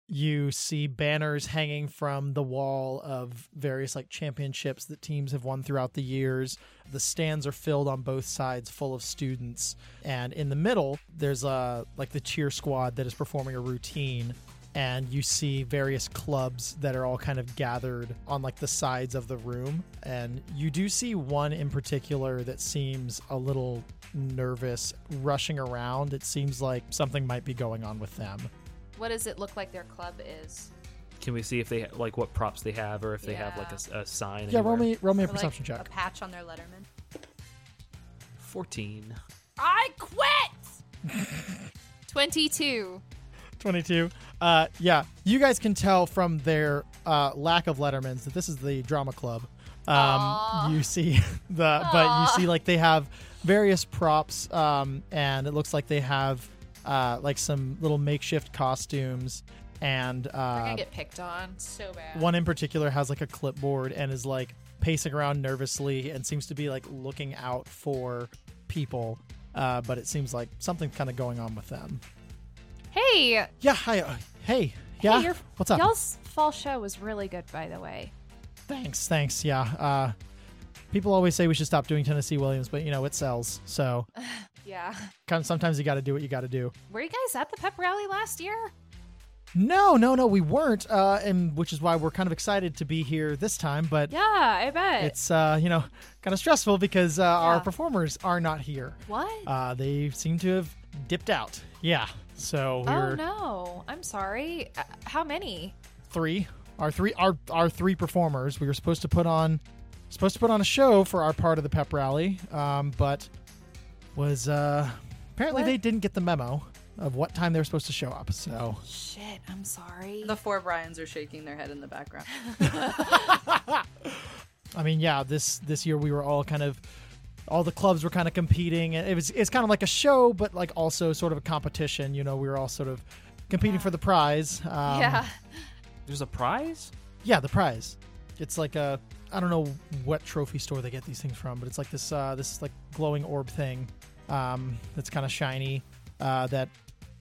A: You see banners hanging from the wall of various like championships that teams have won throughout the years. The stands are filled on both sides, full of students, and in the middle, there's uh like the cheer squad that is performing a routine. And you see various clubs that are all kind of gathered on like the sides of the room. And you do see one in particular that seems a little nervous, rushing around. It seems like something might be going on with them.
B: What does it look like their club is?
F: Can we see if they like what props they have, or if they have like a
B: Yeah.
F: s- a, sign?
A: Yeah, roll
F: anywhere?
A: me, roll me a
D: Or, like,
A: perception check.
D: A patch on their Letterman.
F: Fourteen.
B: I quit. Twenty-two.
A: 22. Uh, yeah, you guys can tell from their uh, lack of Lettermans that this is the drama club.
B: Aw.
A: Um, you see the, but you see like they have various props, um, and it looks like they have uh, like some little makeshift costumes, and
B: We're
A: uh,
B: gonna get picked on so bad.
A: one in particular has like a clipboard and is like pacing around nervously and seems to be like looking out for people. Uh, but it seems like something's kind of going on with them.
B: Hey,
A: Yeah. Hi. uh, hey. Yeah.
B: your-
A: What's up?
B: y'all's fall show was really good, by the way.
A: Thanks, thanks. Yeah. Uh, people always say we should stop doing Tennessee Williams, but you know it sells. So
B: Yeah.
A: kind of sometimes you got to do what you got to do.
B: Were you guys at the pep rally last year?
A: No, no, no, we weren't, uh, and which is why we're kind of excited to be here this time. But
B: Yeah, I bet.
A: it's uh, you know kind of stressful because uh, our
B: Yeah.
A: performers are not here.
B: what?
A: Uh, they seem to have dipped out. Yeah. So we
B: oh
A: we're
B: no. I'm sorry. Uh, how many?
A: three. Our three our our three performers. We were supposed to put on supposed to put on a show for our part of the pep rally, um, but was uh, apparently
B: What?
A: they didn't get the memo of what time they were supposed to show up. So
B: Shit, I'm sorry.
D: The four Bryans are shaking their head in the background.
A: I mean, yeah, this this year we were all kind of all the clubs were kind of competing. It was it's kind of like a show, but like also sort of a competition. You know, we were all sort of competing for the prize. Um,
B: yeah.
F: There's a prize.
A: Yeah, the prize. It's like a I don't know what trophy store they get these things from, but it's like this uh, this like glowing orb thing um, that's kind of shiny uh, that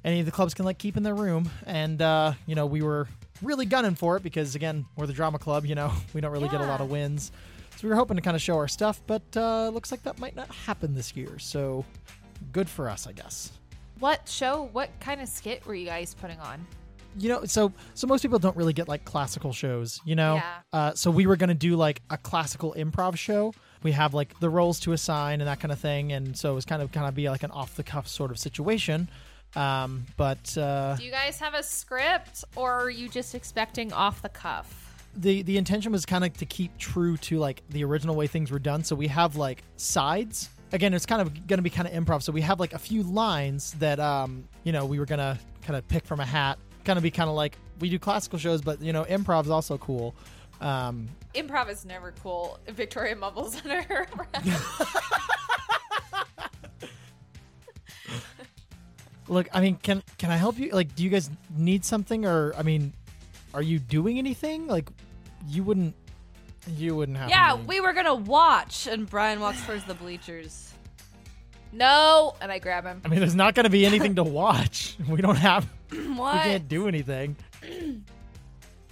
A: any of the clubs can like keep in their room. And uh, you know we were really gunning for it because again we're the drama club. You know we don't really get a lot
B: Yeah.
A: of wins, so we were hoping to kind of show our stuff. But uh, looks like that might not happen this year. So good for us, I guess.
B: What show? What kind of skit were you guys putting on?
A: you know so so most people don't really get like classical shows you know
B: Yeah.
A: uh, so we were gonna do like a classical improv show we have like the roles to assign and that kind of thing and so it was kind of kind of be like an off the cuff sort of situation um but uh
B: Do you guys have a script, or are you just expecting off the cuff?
A: the the intention was kind of to keep true to like the original way things were done so we have like sides again it's kind of gonna be kind of improv so we have like a few lines that um you know we were gonna kind of pick from a hat kind of be kind of like we do classical shows but you know improv's also cool um
B: Improv is never cool. Victoria mumbles under her breath.
A: Look, I mean, can can I help you? Like, do you guys need something, or I mean, are you doing anything? Like, you wouldn't, you wouldn't have.
D: yeah,
A: anything.
D: we were gonna watch, and Brian walks towards the bleachers.
B: no, Oh, and I grab him.
A: I mean, there's not going to be anything to watch. We don't have.
D: what?
A: We can't do anything.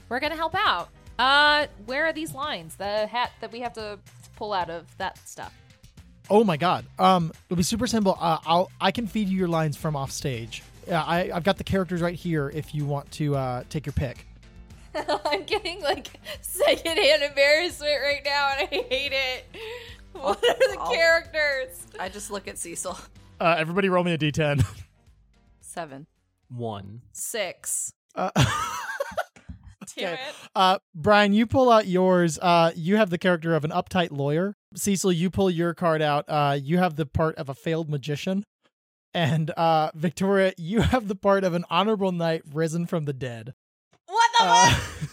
B: We're gonna help out. Uh, where are these lines? The hat that we have to pull out of that stuff.
A: Oh my god. Um, it'll be super simple. Uh, I'll I can feed you your lines from off stage. Yeah, I I've got the characters right here. If you want to uh, take your pick.
B: I'm getting like secondhand embarrassment right now, and I hate it. What are the
D: I'll-
B: characters?
D: I just look at Cecil.
A: Uh, everybody, roll me a d10.
D: Seven.
F: One.
B: Six.
A: Uh, Okay.
B: Damn it.
A: uh, Brian, you pull out yours. Uh, you have the character of an uptight lawyer. Cecil, you pull your card out. Uh, you have the part of a failed magician. And uh, Victoria, you have the part of an honorable knight risen from the dead.
B: What the
A: Uh,
B: fuck?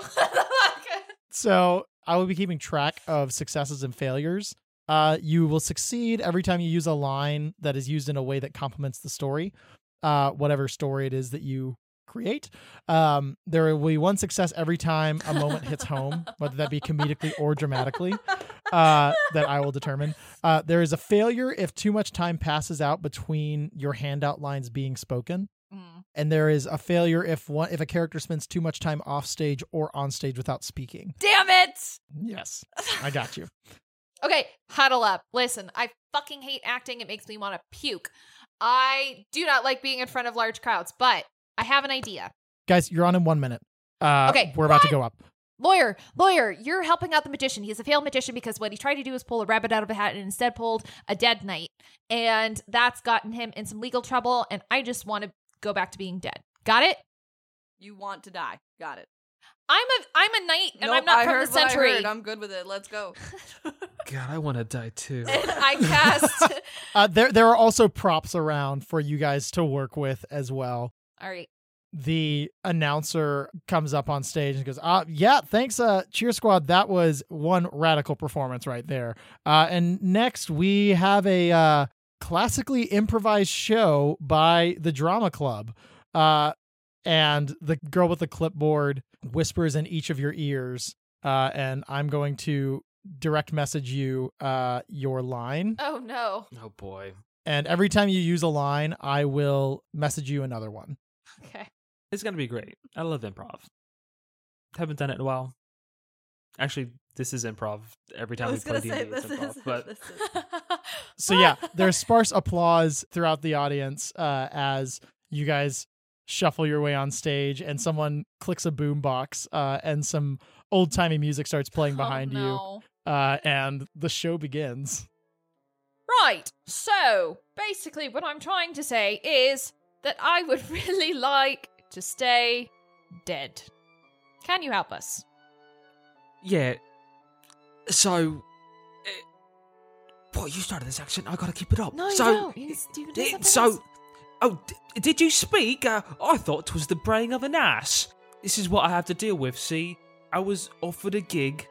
B: What the fuck?
A: So I will be keeping track of successes and failures. Uh, you will succeed every time you use a line that is used in a way that complements the story, uh, whatever story it is that you create. Um, there will be one success every time a moment hits home, whether that be comedically or dramatically, uh, that I will determine. Uh, there is a failure if too much time passes out between your handout lines being spoken
D: Mm.
A: and there is a failure if one if a character spends too much time off stage or on stage without speaking.
D: Damn it!
A: Yes, I got you.
B: Okay, huddle up. Listen, I fucking hate acting. It makes me want to puke. I do not like being in front of large crowds, but I have an idea.
A: Guys, you're on in one minute. Uh,
B: Okay,
A: we're about to go up.
B: Lawyer, lawyer, you're helping out the magician. He's a failed magician because what he tried to do was pull a rabbit out of a hat and instead pulled a dead knight. And that's gotten him in some legal trouble, and I just want to go back to being dead. Got it?
D: You want to die. Got it.
B: I'm a I'm a knight and
D: Nope,
B: I'm not
D: I
B: from
D: heard
B: the
D: what I
B: century.
D: heard. I'm good with it. Let's go.
F: God, I want to die too.
B: and I cast
A: Uh, there there are also props around for you guys to work with as well.
B: All right.
A: The announcer comes up on stage and goes, uh, yeah, thanks, uh, Cheer Squad. That was one radical performance right there. Uh, and next, we have a uh, classically improvised show by the Drama Club. Uh, and the girl with the clipboard whispers in each of your ears. Uh, and I'm going to direct message you uh, your line.
B: Oh no.
F: Oh boy.
A: And every time you use a line, I will message you another one.
B: Okay.
F: It's going to be great. I love improv. Haven't done it in a while. Actually, this is improv. Every time
D: I
F: we
D: was gonna
F: play D&D,
D: say
F: it's
D: this
F: improv.
D: is,
F: but
D: this is
A: So yeah, there's sparse applause throughout the audience uh, as you guys shuffle your way on stage, and someone clicks a boombox, uh, and some old timey music starts playing
B: Oh,
A: behind you, uh, and the show begins.
B: Right. So, basically, what I'm trying to say is that I would really like to stay dead. Can you help us?
F: yeah. So, uh, boy, you started this action. I got to keep it up.
B: No, you
F: so,
B: don't. You can- you can do
F: Eh,
B: something
F: so,
B: else.
F: oh, d- did you speak? Uh, I thought 'twas the braying of an ass. This is what I have to deal with. See, I was offered a gig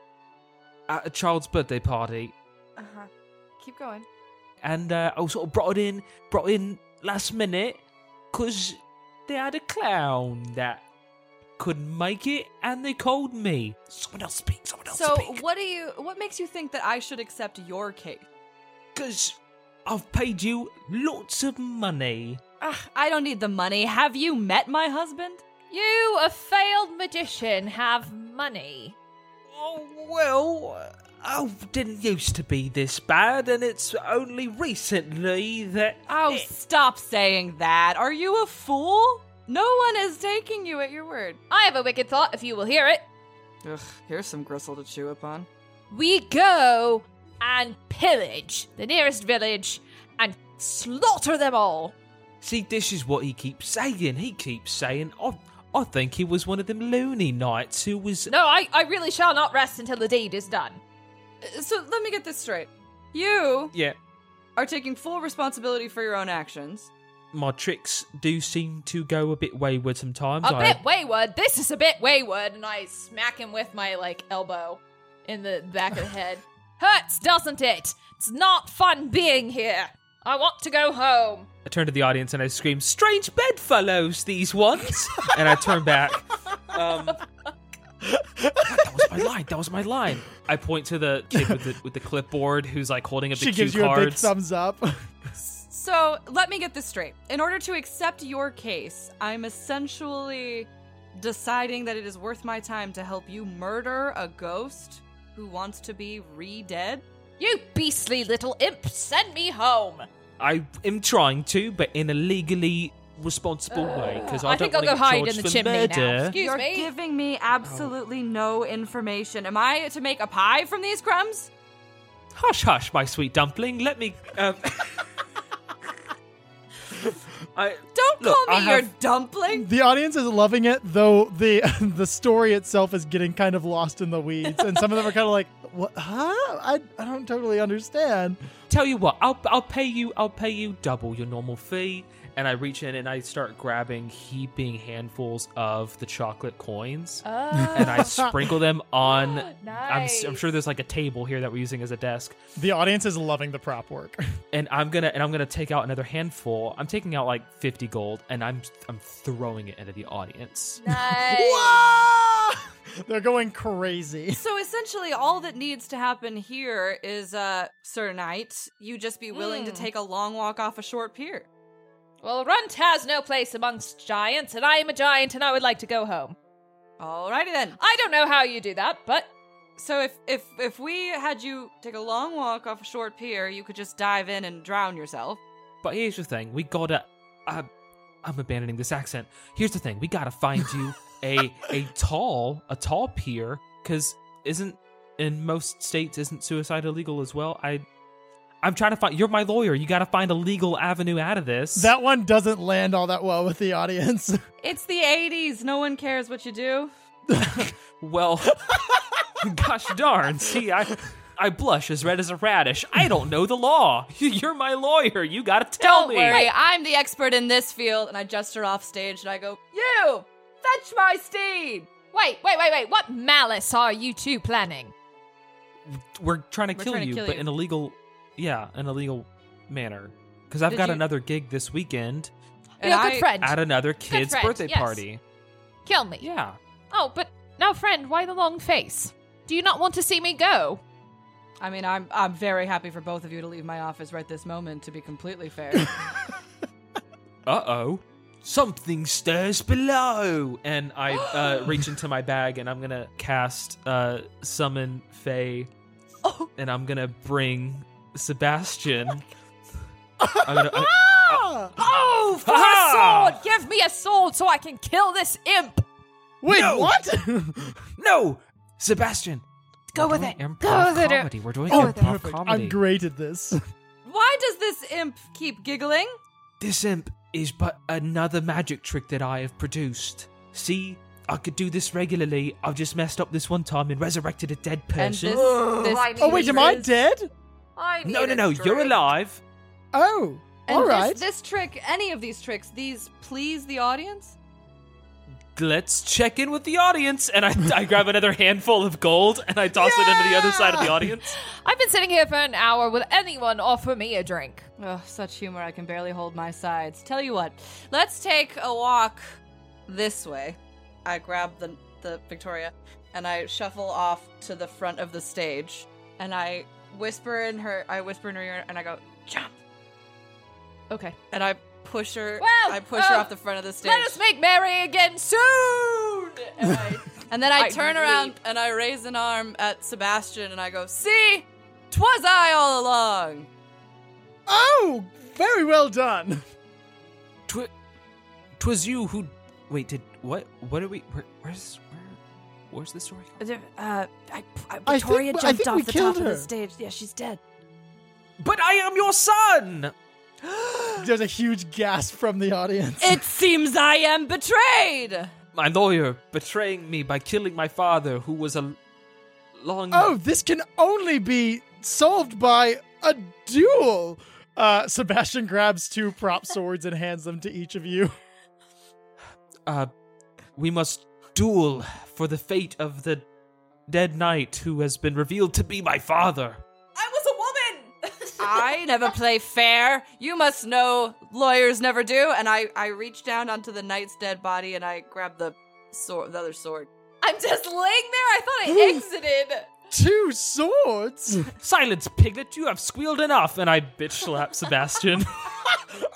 F: at a child's birthday party,
D: uh-huh. Keep going.
F: and uh, I was sort of brought in, brought in last minute, cause they had a clown that couldn't make it, and they called me. Someone else speak. Someone else
D: So,
F: speak.
D: what do you? What makes you think that I should accept your case?
F: Cause I've paid you lots of money.
D: Ugh, I don't need the money. Have you met my husband?
B: You, a failed magician, have money.
F: Oh, well, I didn't used to be this bad, and it's only recently that.
D: Oh,
B: Eh.
D: stop saying that. Are you a fool? No one is taking you at your word.
B: I have a wicked thought if you will hear it.
D: Ugh, here's some gristle to chew upon.
B: We go and pillage the nearest village and slaughter them all.
F: See, this is what he keeps saying. He keeps saying, oh, I, I think he was one of them loony knights who was.
B: No, I, I really shall not rest until the deed is done.
D: Uh, So, let me get this straight. You
F: Yeah,
D: are taking full responsibility for your own actions.
F: my tricks do seem to go a bit wayward sometimes.
B: A
F: I-
B: bit wayward. This is a bit wayward, and I smack him with my like elbow in the back of the head. Hurts, doesn't it? It's not fun being here. I want to go home.
F: I turn to the audience and I scream, "Strange bedfellows, these ones!" and I turn back. Um,
G: That was my line. That was my line. I point to the kid with the with the clipboard who's like holding up the
A: she
G: cue
A: gives you a big
G: cards.
A: thumbs up.
D: So let me get this straight. In order to accept your case, I'm essentially deciding that it is worth my time to help you murder a ghost who wants to be re dead.
B: You beastly little imp, send me home.
C: I am trying to, but in a legally responsible way because I,
B: I
C: don't
B: think I'll go
C: wanna get
B: hide
C: charged
B: in the
C: for
B: chimney now.
C: murder.
B: Excuse-
D: You're
B: me? Oh.
D: giving me absolutely no information. Am I to make a pie from these crumbs?
C: Hush, hush, my sweet dumpling. Let me. Um... I
D: Don't
C: Look,
D: call
C: I
D: me your
C: have-
D: dumpling.
A: The audience is loving it, though the the story itself is getting kind of lost in the weeds, and some of them are kind of like, "What? Huh? I, I don't totally understand."
C: tell you what. I'll I'll pay you. I'll pay you double your normal fee. And I reach in and I start grabbing heaping handfuls of the chocolate coins, and I sprinkle them on. I'm, s- I'm sure
B: Nice.
C: there's like a table here that we're using as a desk,
A: The audience is loving the prop work.
C: and I'm gonna and I'm gonna take out another handful. I'm taking out like 50 gold, and I'm I'm throwing it into the audience.
B: Nice.
A: They're going crazy.
D: So essentially, all that needs to happen here is, uh, Sir Knight, you just be willing to
B: Mm.
D: take a long walk off a short pier.
B: Well, Runt has no place amongst giants, and I am a giant, and I would like to go home.
D: Alrighty then.
B: I don't know how you do that, but
D: So if if if we had you take a long walk off a short pier, you could just dive in and drown yourself.
C: But here's the thing, we gotta. Uh, I'm abandoning this accent. Here's the thing, we gotta find you a a tall a tall pier, cause isn't in most states isn't suicide illegal as well? I I'm trying to find. You're my lawyer. You gotta find a legal avenue out of this.
A: That one doesn't land all that well with the audience.
D: It's the 80s. No one cares what you do.
C: well, gosh darn. See, I I blush as red as a radish. I don't know the law. You're my lawyer. You gotta tell
D: Don't
C: me.
D: worry, I'm the expert in this field. And I gesture off stage and I go, "You fetch my steed."
B: wait, wait, wait, wait. What malice are you two planning?
C: we're trying to,
D: We're
C: kill,
D: trying to
C: you,
D: kill
C: but
D: you.
C: in a legal, yeah, in a legal manner. Because I've
D: Did
C: got
D: you-
C: another gig this weekend
D: And
B: You're a
D: I-
B: good friend.
C: at another kid's
B: friend,
C: birthday
B: yes.
C: party.
B: Kill me.
C: Yeah,
B: Oh, but now, friend, why the long face? Do you not want to see me go?
D: I mean, I'm I'm very happy for both of you to leave my office right this moment. To be completely fair,
C: uh oh. Something stirs below, and I uh, reach into my bag, and I'm gonna cast uh, summon Faye,
D: Oh.
C: and I'm gonna bring Sebastian. I'm gonna, uh, I-
B: Oh, for
C: Ah!
B: a sword! Give me a sword so I can kill this imp!
A: Wait,
C: No!
A: what?
C: no, Sebastian,
B: Go
C: we're
B: with
C: doing
B: it.
C: improv
B: Go with it.
C: Comedy. We're doing
A: Oh,
C: improv
A: perfect.
C: comedy.
A: I'm great at this.
D: why does this imp keep giggling?
C: This imp is but another magic trick that I have produced. See, I could do this regularly. I've just messed up this one time and resurrected a dead
D: And
C: person.
D: this, this
B: I need
A: Oh, wait, am I
D: is-
A: dead?
B: I
C: no, no, no, you're alive.
A: Oh,
D: And
A: all
D: this-
A: right.
D: this trick, any of these tricks, these please the audience.
C: Let's check in with the audience. And I, I grab another handful of gold and I toss it into the other side of the audience.
B: I've been sitting here for an hour. Will anyone offer me a drink?
D: Oh, such humor, I can barely hold my sides. Tell you what, let's take a walk this way. I grab the, the Victoria and I shuffle off to the front of the stage and I whisper in her, I whisper in her ear and I go, jump.
B: Okay.
D: And I push her,
B: Well,
D: I push her
B: well,
D: off the front of the stage.
B: Let us make merry again soon! And I-
D: and then I,
B: I
D: turn around
B: leap.
D: and I raise an arm at Sebastian and I go, see, twas I all along.
A: oh, very well done.
C: Twi- twas you who. Wait, did. What? What are we. Where, where's. Where, where's the story? going?
H: Uh, I, I,
A: I
H: Victoria
A: think- I
H: jumped
A: think we
H: off the
A: killed
H: top of
A: her.
H: the stage. Yeah, she's dead.
C: But I am your son!
A: There's a huge gasp from the audience.
D: It seems I am betrayed.
C: my lawyer betraying me by killing my father, who was a long.
A: oh, this can only be solved by a duel. Uh, Sebastian grabs two prop swords and hands them to each of you.
C: Uh, we must duel for the fate of the dead knight who has been revealed to be my father.
D: I was a woman. I never play fair. You must know lawyers never do. And I, I reach down onto the knight's dead body and I grab the sword, the other sword.
B: I I'm just laying there. I thought I exited.
A: Two swords?
C: Silence, piglet, you have squealed enough. And I bitch slap Sebastian.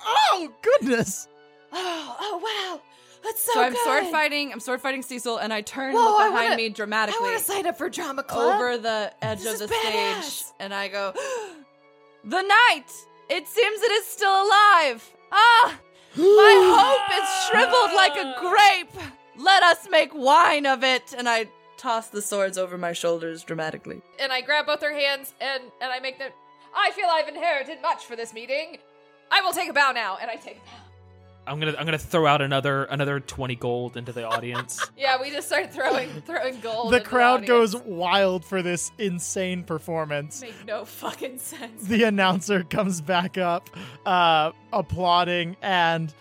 A: oh, goodness.
B: Oh, oh wow. That's so,
D: So I'm
B: good.
D: sword fighting. I'm sword fighting Cecil, and I turn
B: Whoa, I
D: behind
B: wanna-
D: me
B: I
D: dramatically
B: want to sign up for drama club.
D: over the edge
B: This is
D: of the stage,
B: badass.
D: and I go, "The knight. It seems it is still alive. Ah, my hope is shriveled like a grape. Let us make wine of it." And I toss the swords over my shoulders dramatically.
B: and I grab both her hands and and I make them. I feel I've inherited much for this meeting. I will take a bow now, and I take a bow.
C: I'm gonna I'm gonna throw out another another twenty gold into the audience.
B: Yeah, we just start throwing throwing gold.
A: The
B: into
A: crowd
B: audience.
A: goes wild for this insane performance.
B: Make no fucking sense.
A: The announcer comes back up, uh, applauding and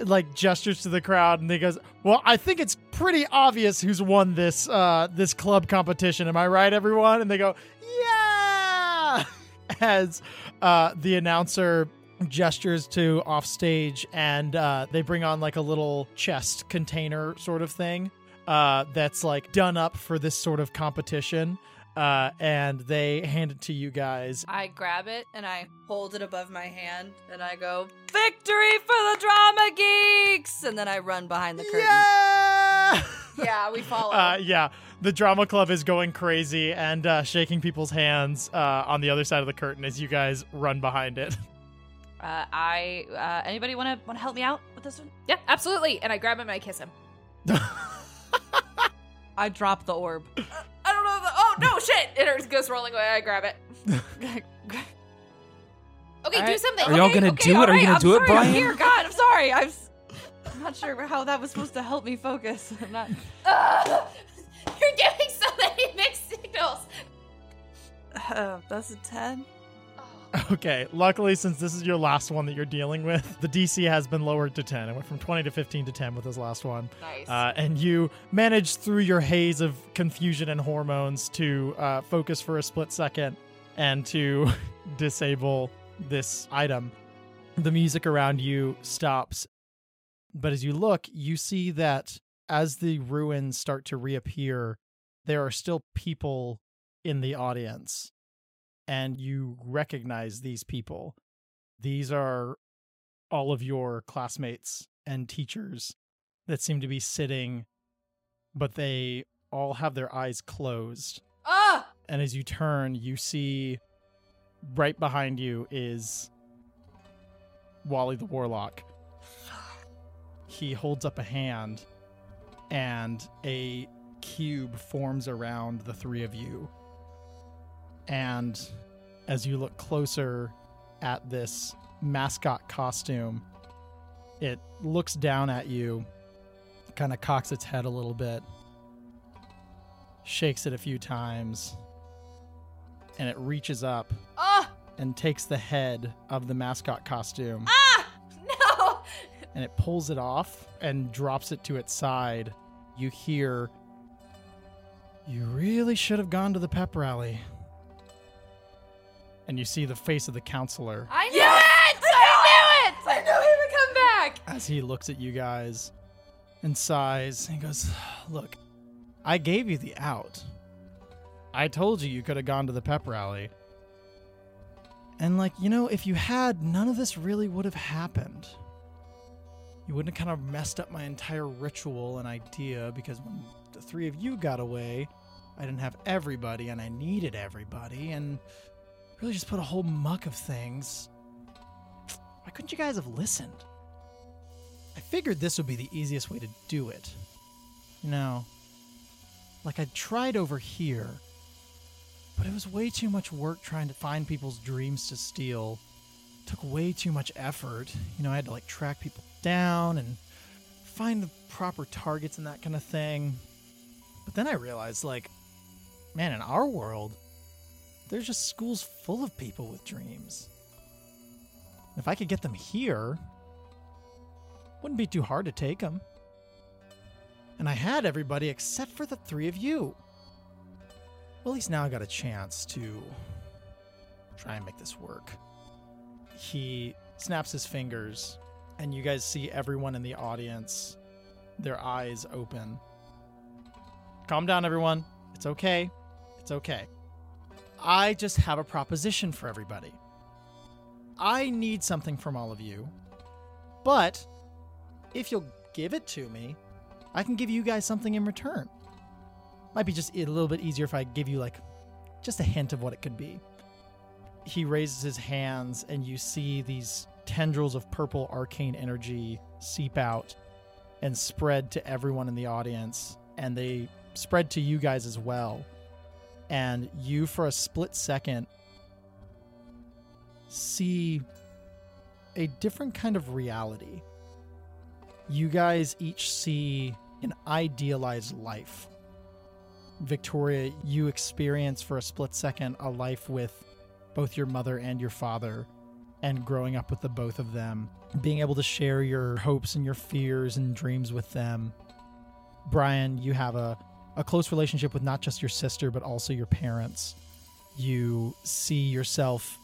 A: like gestures to the crowd, and he goes, "Well, I think it's pretty obvious who's won this uh, this club competition. Am I right, everyone?" And they go, "Yeah!" As uh, the announcer gestures to off stage, and uh, they bring on like a little chest container sort of thing uh, that's like done up for this sort of competition. Uh, and they hand it to you guys
D: I grab it and I hold it above my hand, and I go, "Victory for the drama geeks!" And then I run behind the curtain.
A: Yeah!
B: Yeah, we follow.
A: Uh, yeah, the drama club is going crazy and uh, shaking people's hands uh, on the other side of the curtain as you guys run behind it.
D: Uh, I uh, anybody want to want to help me out with this one?
B: yeah, absolutely. And I grab him and I kiss him.
D: I drop the orb.
B: I don't know. The, oh no, shit! And it goes rolling away. I grab it. Okay,
D: All
B: do
D: right.
B: something.
F: Are y'all
B: okay,
F: gonna
B: okay,
F: do it?
B: all
F: Are you gonna
B: I'm
F: do it,
B: sorry,
F: Brian?
B: I'm here, God, I'm sorry.
D: Sorry, I'm, s- I'm not sure how that was supposed to help me focus. I'm not.
B: Ugh. you're giving so many mixed signals.
D: Uh, that's a ten.
A: okay, luckily, since this is your last one that you're dealing with, the DC has been lowered to 10. It went from 20 to 15 to 10 with this last one.
B: Nice.
A: Uh, and you manage through your haze of confusion and hormones to uh, focus for a split second and to disable this item. The music around you stops. But as you look, you see that as the ruins start to reappear, there are still people in the audience. And you recognize these people. These are all of your classmates and teachers that seem to be sitting, but they all have their eyes closed.
B: Ah!
A: And as you turn, you see right behind you is Wally the Warlock. He holds up a hand, and a cube forms around the three of you. And as you look closer at this mascot costume, it looks down at you, kind of cocks its head a little bit, shakes it a few times, and it reaches up
B: Ah!
A: and takes the head of the mascot costume
B: Ah! No!
A: and it pulls it off and drops it to its side. You hear, You really should have gone to the pep rally. And you see the face of the counselor
B: I knew it! I knew it! I knew he would come back!
A: as he looks at you guys and sighs and goes, Look, I gave you the out. I told you you could have gone to the pep rally. And, like, you know, if you had, none of this really would have happened. You wouldn't have kind of messed up my entire ritual and idea because when the three of you got away, I didn't have everybody and I needed everybody and really just put a whole muck of things. Why couldn't you guys have listened? I figured this would be the easiest way to do it. You know, like I tried over here, but it was way too much work trying to find people's dreams to steal. took way too much effort. You know, I had to like track people down and find the proper targets and that kind of thing. But then I realized, like, man, in our world, there's just schools full of people with dreams. If I could get them here, wouldn't be too hard to take them. And I had everybody except for the three of you. Well, at least now I got a chance to try and make this work. He snaps his fingers, and you guys see everyone in the audience, their eyes open. Calm down, everyone. It's okay. It's okay. I just have a proposition for everybody. I need something from all of you, but if you'll give it to me, I can give you guys something in return. Might be just a little bit easier if I give you, like, just a hint of what it could be. He raises his hands, and you see these tendrils of purple arcane energy seep out and spread to everyone in the audience, and they spread to you guys as well. And you, for a split second, see a different kind of reality. You guys each see an idealized life. Victoria, you experience for a split second a life with both your mother and your father, and growing up with the both of them, being able to share your hopes and your fears and dreams with them. Brian, you have a, a close relationship with not just your sister, but also your parents. You see yourself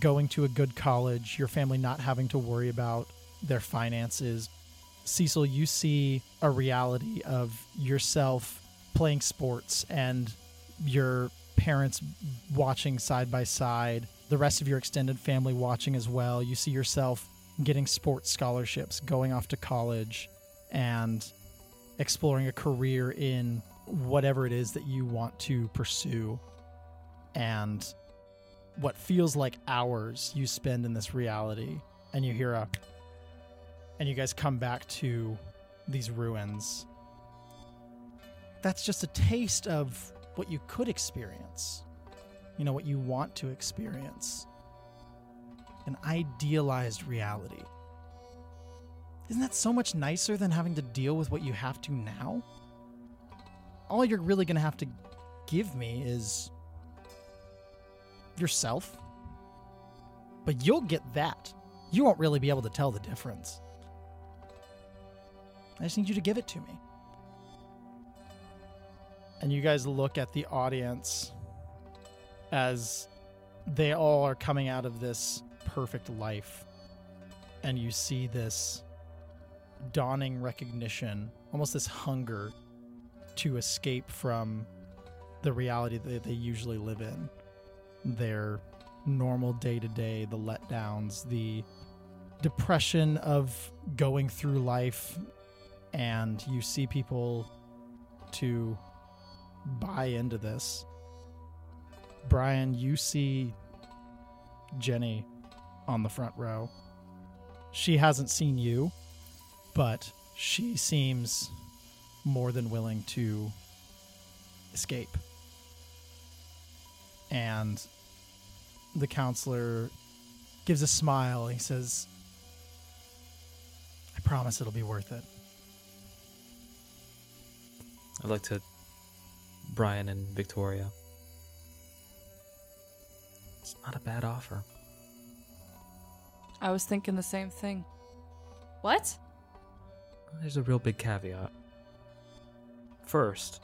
A: going to a good college, your family not having to worry about their finances. Cecil, you see a reality of yourself playing sports and your parents watching side by side, the rest of your extended family watching as well. You see yourself getting sports scholarships, going off to college, and exploring a career in whatever it is that you want to pursue. And what feels like hours you spend in this reality, and you hear a. And you guys come back to these ruins. That's just a taste of what you could experience, you know, what you want to experience. An idealized reality. Isn't that so much nicer than having to deal with what you have to now? All you're really going to have to give me is yourself. But you'll get that. You won't really be able to tell the difference. I just need you to give it to me. And you guys look at the audience as they all are coming out of this perfect life. And you see this dawning recognition, almost this hunger to escape from the reality that they usually live in their normal day to day, the letdowns, the depression of going through life, and you see people to buy into this. Brian, you see Jenny on the front row. She hasn't seen you, but she seems more than willing to escape and the counselor gives a smile. He says, I promise it'll be worth it.
C: I'd like to. Brian and Victoria. It's not a bad offer.
D: I was thinking the same thing.
B: What?
C: There's a real big caveat. First,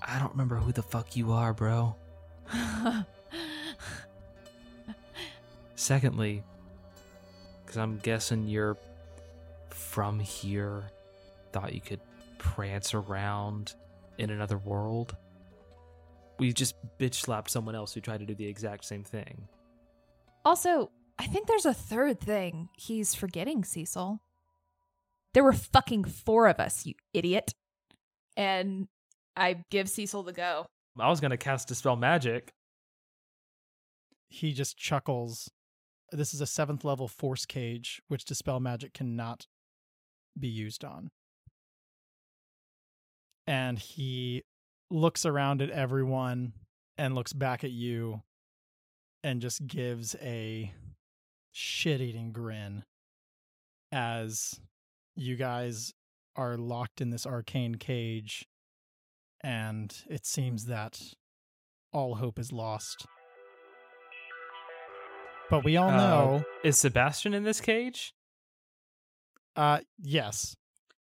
C: I don't remember who the fuck you are, bro. Secondly, because I'm guessing you're from here, thought you could prance around in another world. We just bitch slapped someone else who tried to do the exact same thing.
B: Also, I think there's a third thing he's forgetting, Cecil. There were fucking four of us, you idiot. And I give Cecil the go.
C: I was gonna cast dispel magic.
A: He just chuckles. This is a seventh level force cage, which dispel magic cannot be used on. And he looks around at everyone and looks back at you and just gives a shit eating grin as you guys are locked in this arcane cage and it seems that all hope is lost. But we all
C: Uh,
A: know,
C: Is Sebastian in this cage?
A: uh, yes,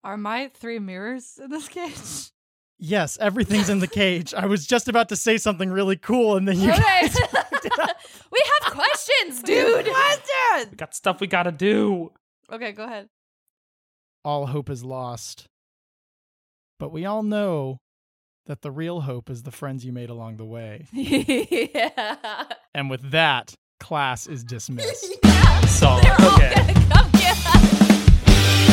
D: Are my three mirrors in this cage?
A: yes, everything's in the cage. I was just about to say something really cool, and then you,
B: Okay. we have questions, dude.
D: Question!
C: We got stuff we gotta do.
D: Okay, go ahead.
A: all hope is lost. But we all know that the real hope is the friends you made along the way.
B: yeah.
A: And with that, class is dismissed.
B: yeah.
C: Solid.
B: They're all
C: Okay.
B: gonna come get us.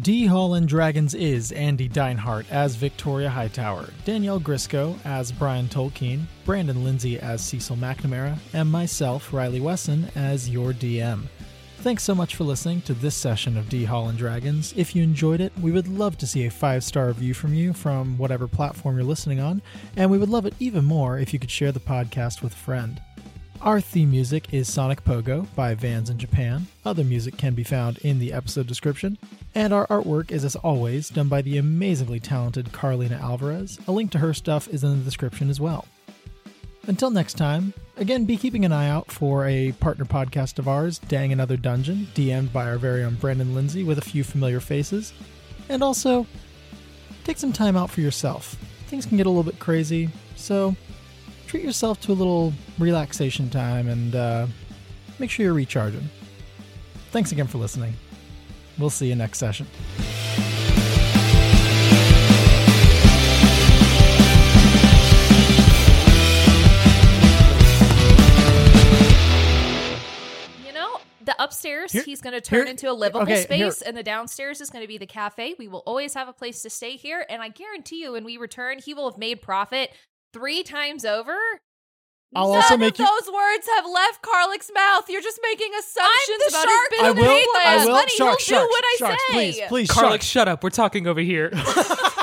A: D Hall and Dragons is Andy Deinhart as Victoria Hightower, Danielle Grisco as Brian Tolkien, Brandon Lindsay as Cecil McNamara, and myself, Riley Wesson, as your DM. Thanks so much for listening to this session of D Hall and Dragons. If you enjoyed it, we would love to see a five star review from you from whatever platform you're listening on, and we would love it even more if you could share the podcast with a friend. Our theme music is Sonic Pogo by Vans in Japan. Other music can be found in the episode description. And our artwork is, as always, done by the amazingly talented Carlina Alvarez. A link to her stuff is in the description as well. Until next time, again, be keeping an eye out for a partner podcast of ours, Dang Another Dungeon, DM'd by our very own Brandon Lindsay with a few familiar faces. And also, take some time out for yourself. Things can get a little bit crazy, so treat yourself to a little relaxation time and uh, make sure you're recharging. Thanks again for listening. We'll see you next session.
B: You know, the upstairs
A: Here-
B: he's going to turn
A: here-
B: into a livable
A: okay, here.
B: space, and the downstairs is going to be the cafe. We will always have a place to stay here, and I guarantee you, when we return, he will have made profit three times over.
A: I'll
D: None
A: also
D: of
A: make you.
D: those words have left Carlick's mouth. You're just making assumptions
B: the
D: about
B: shark
D: his
B: that
A: I
D: business
A: will.
B: made
D: plan.
A: I will.
B: money,
A: Sharks,
B: he'll do
A: sharks,
B: what I
A: sharks,
B: say.
A: Please, please,
C: Carlick,
A: sharks.
C: shut up. We're talking over here.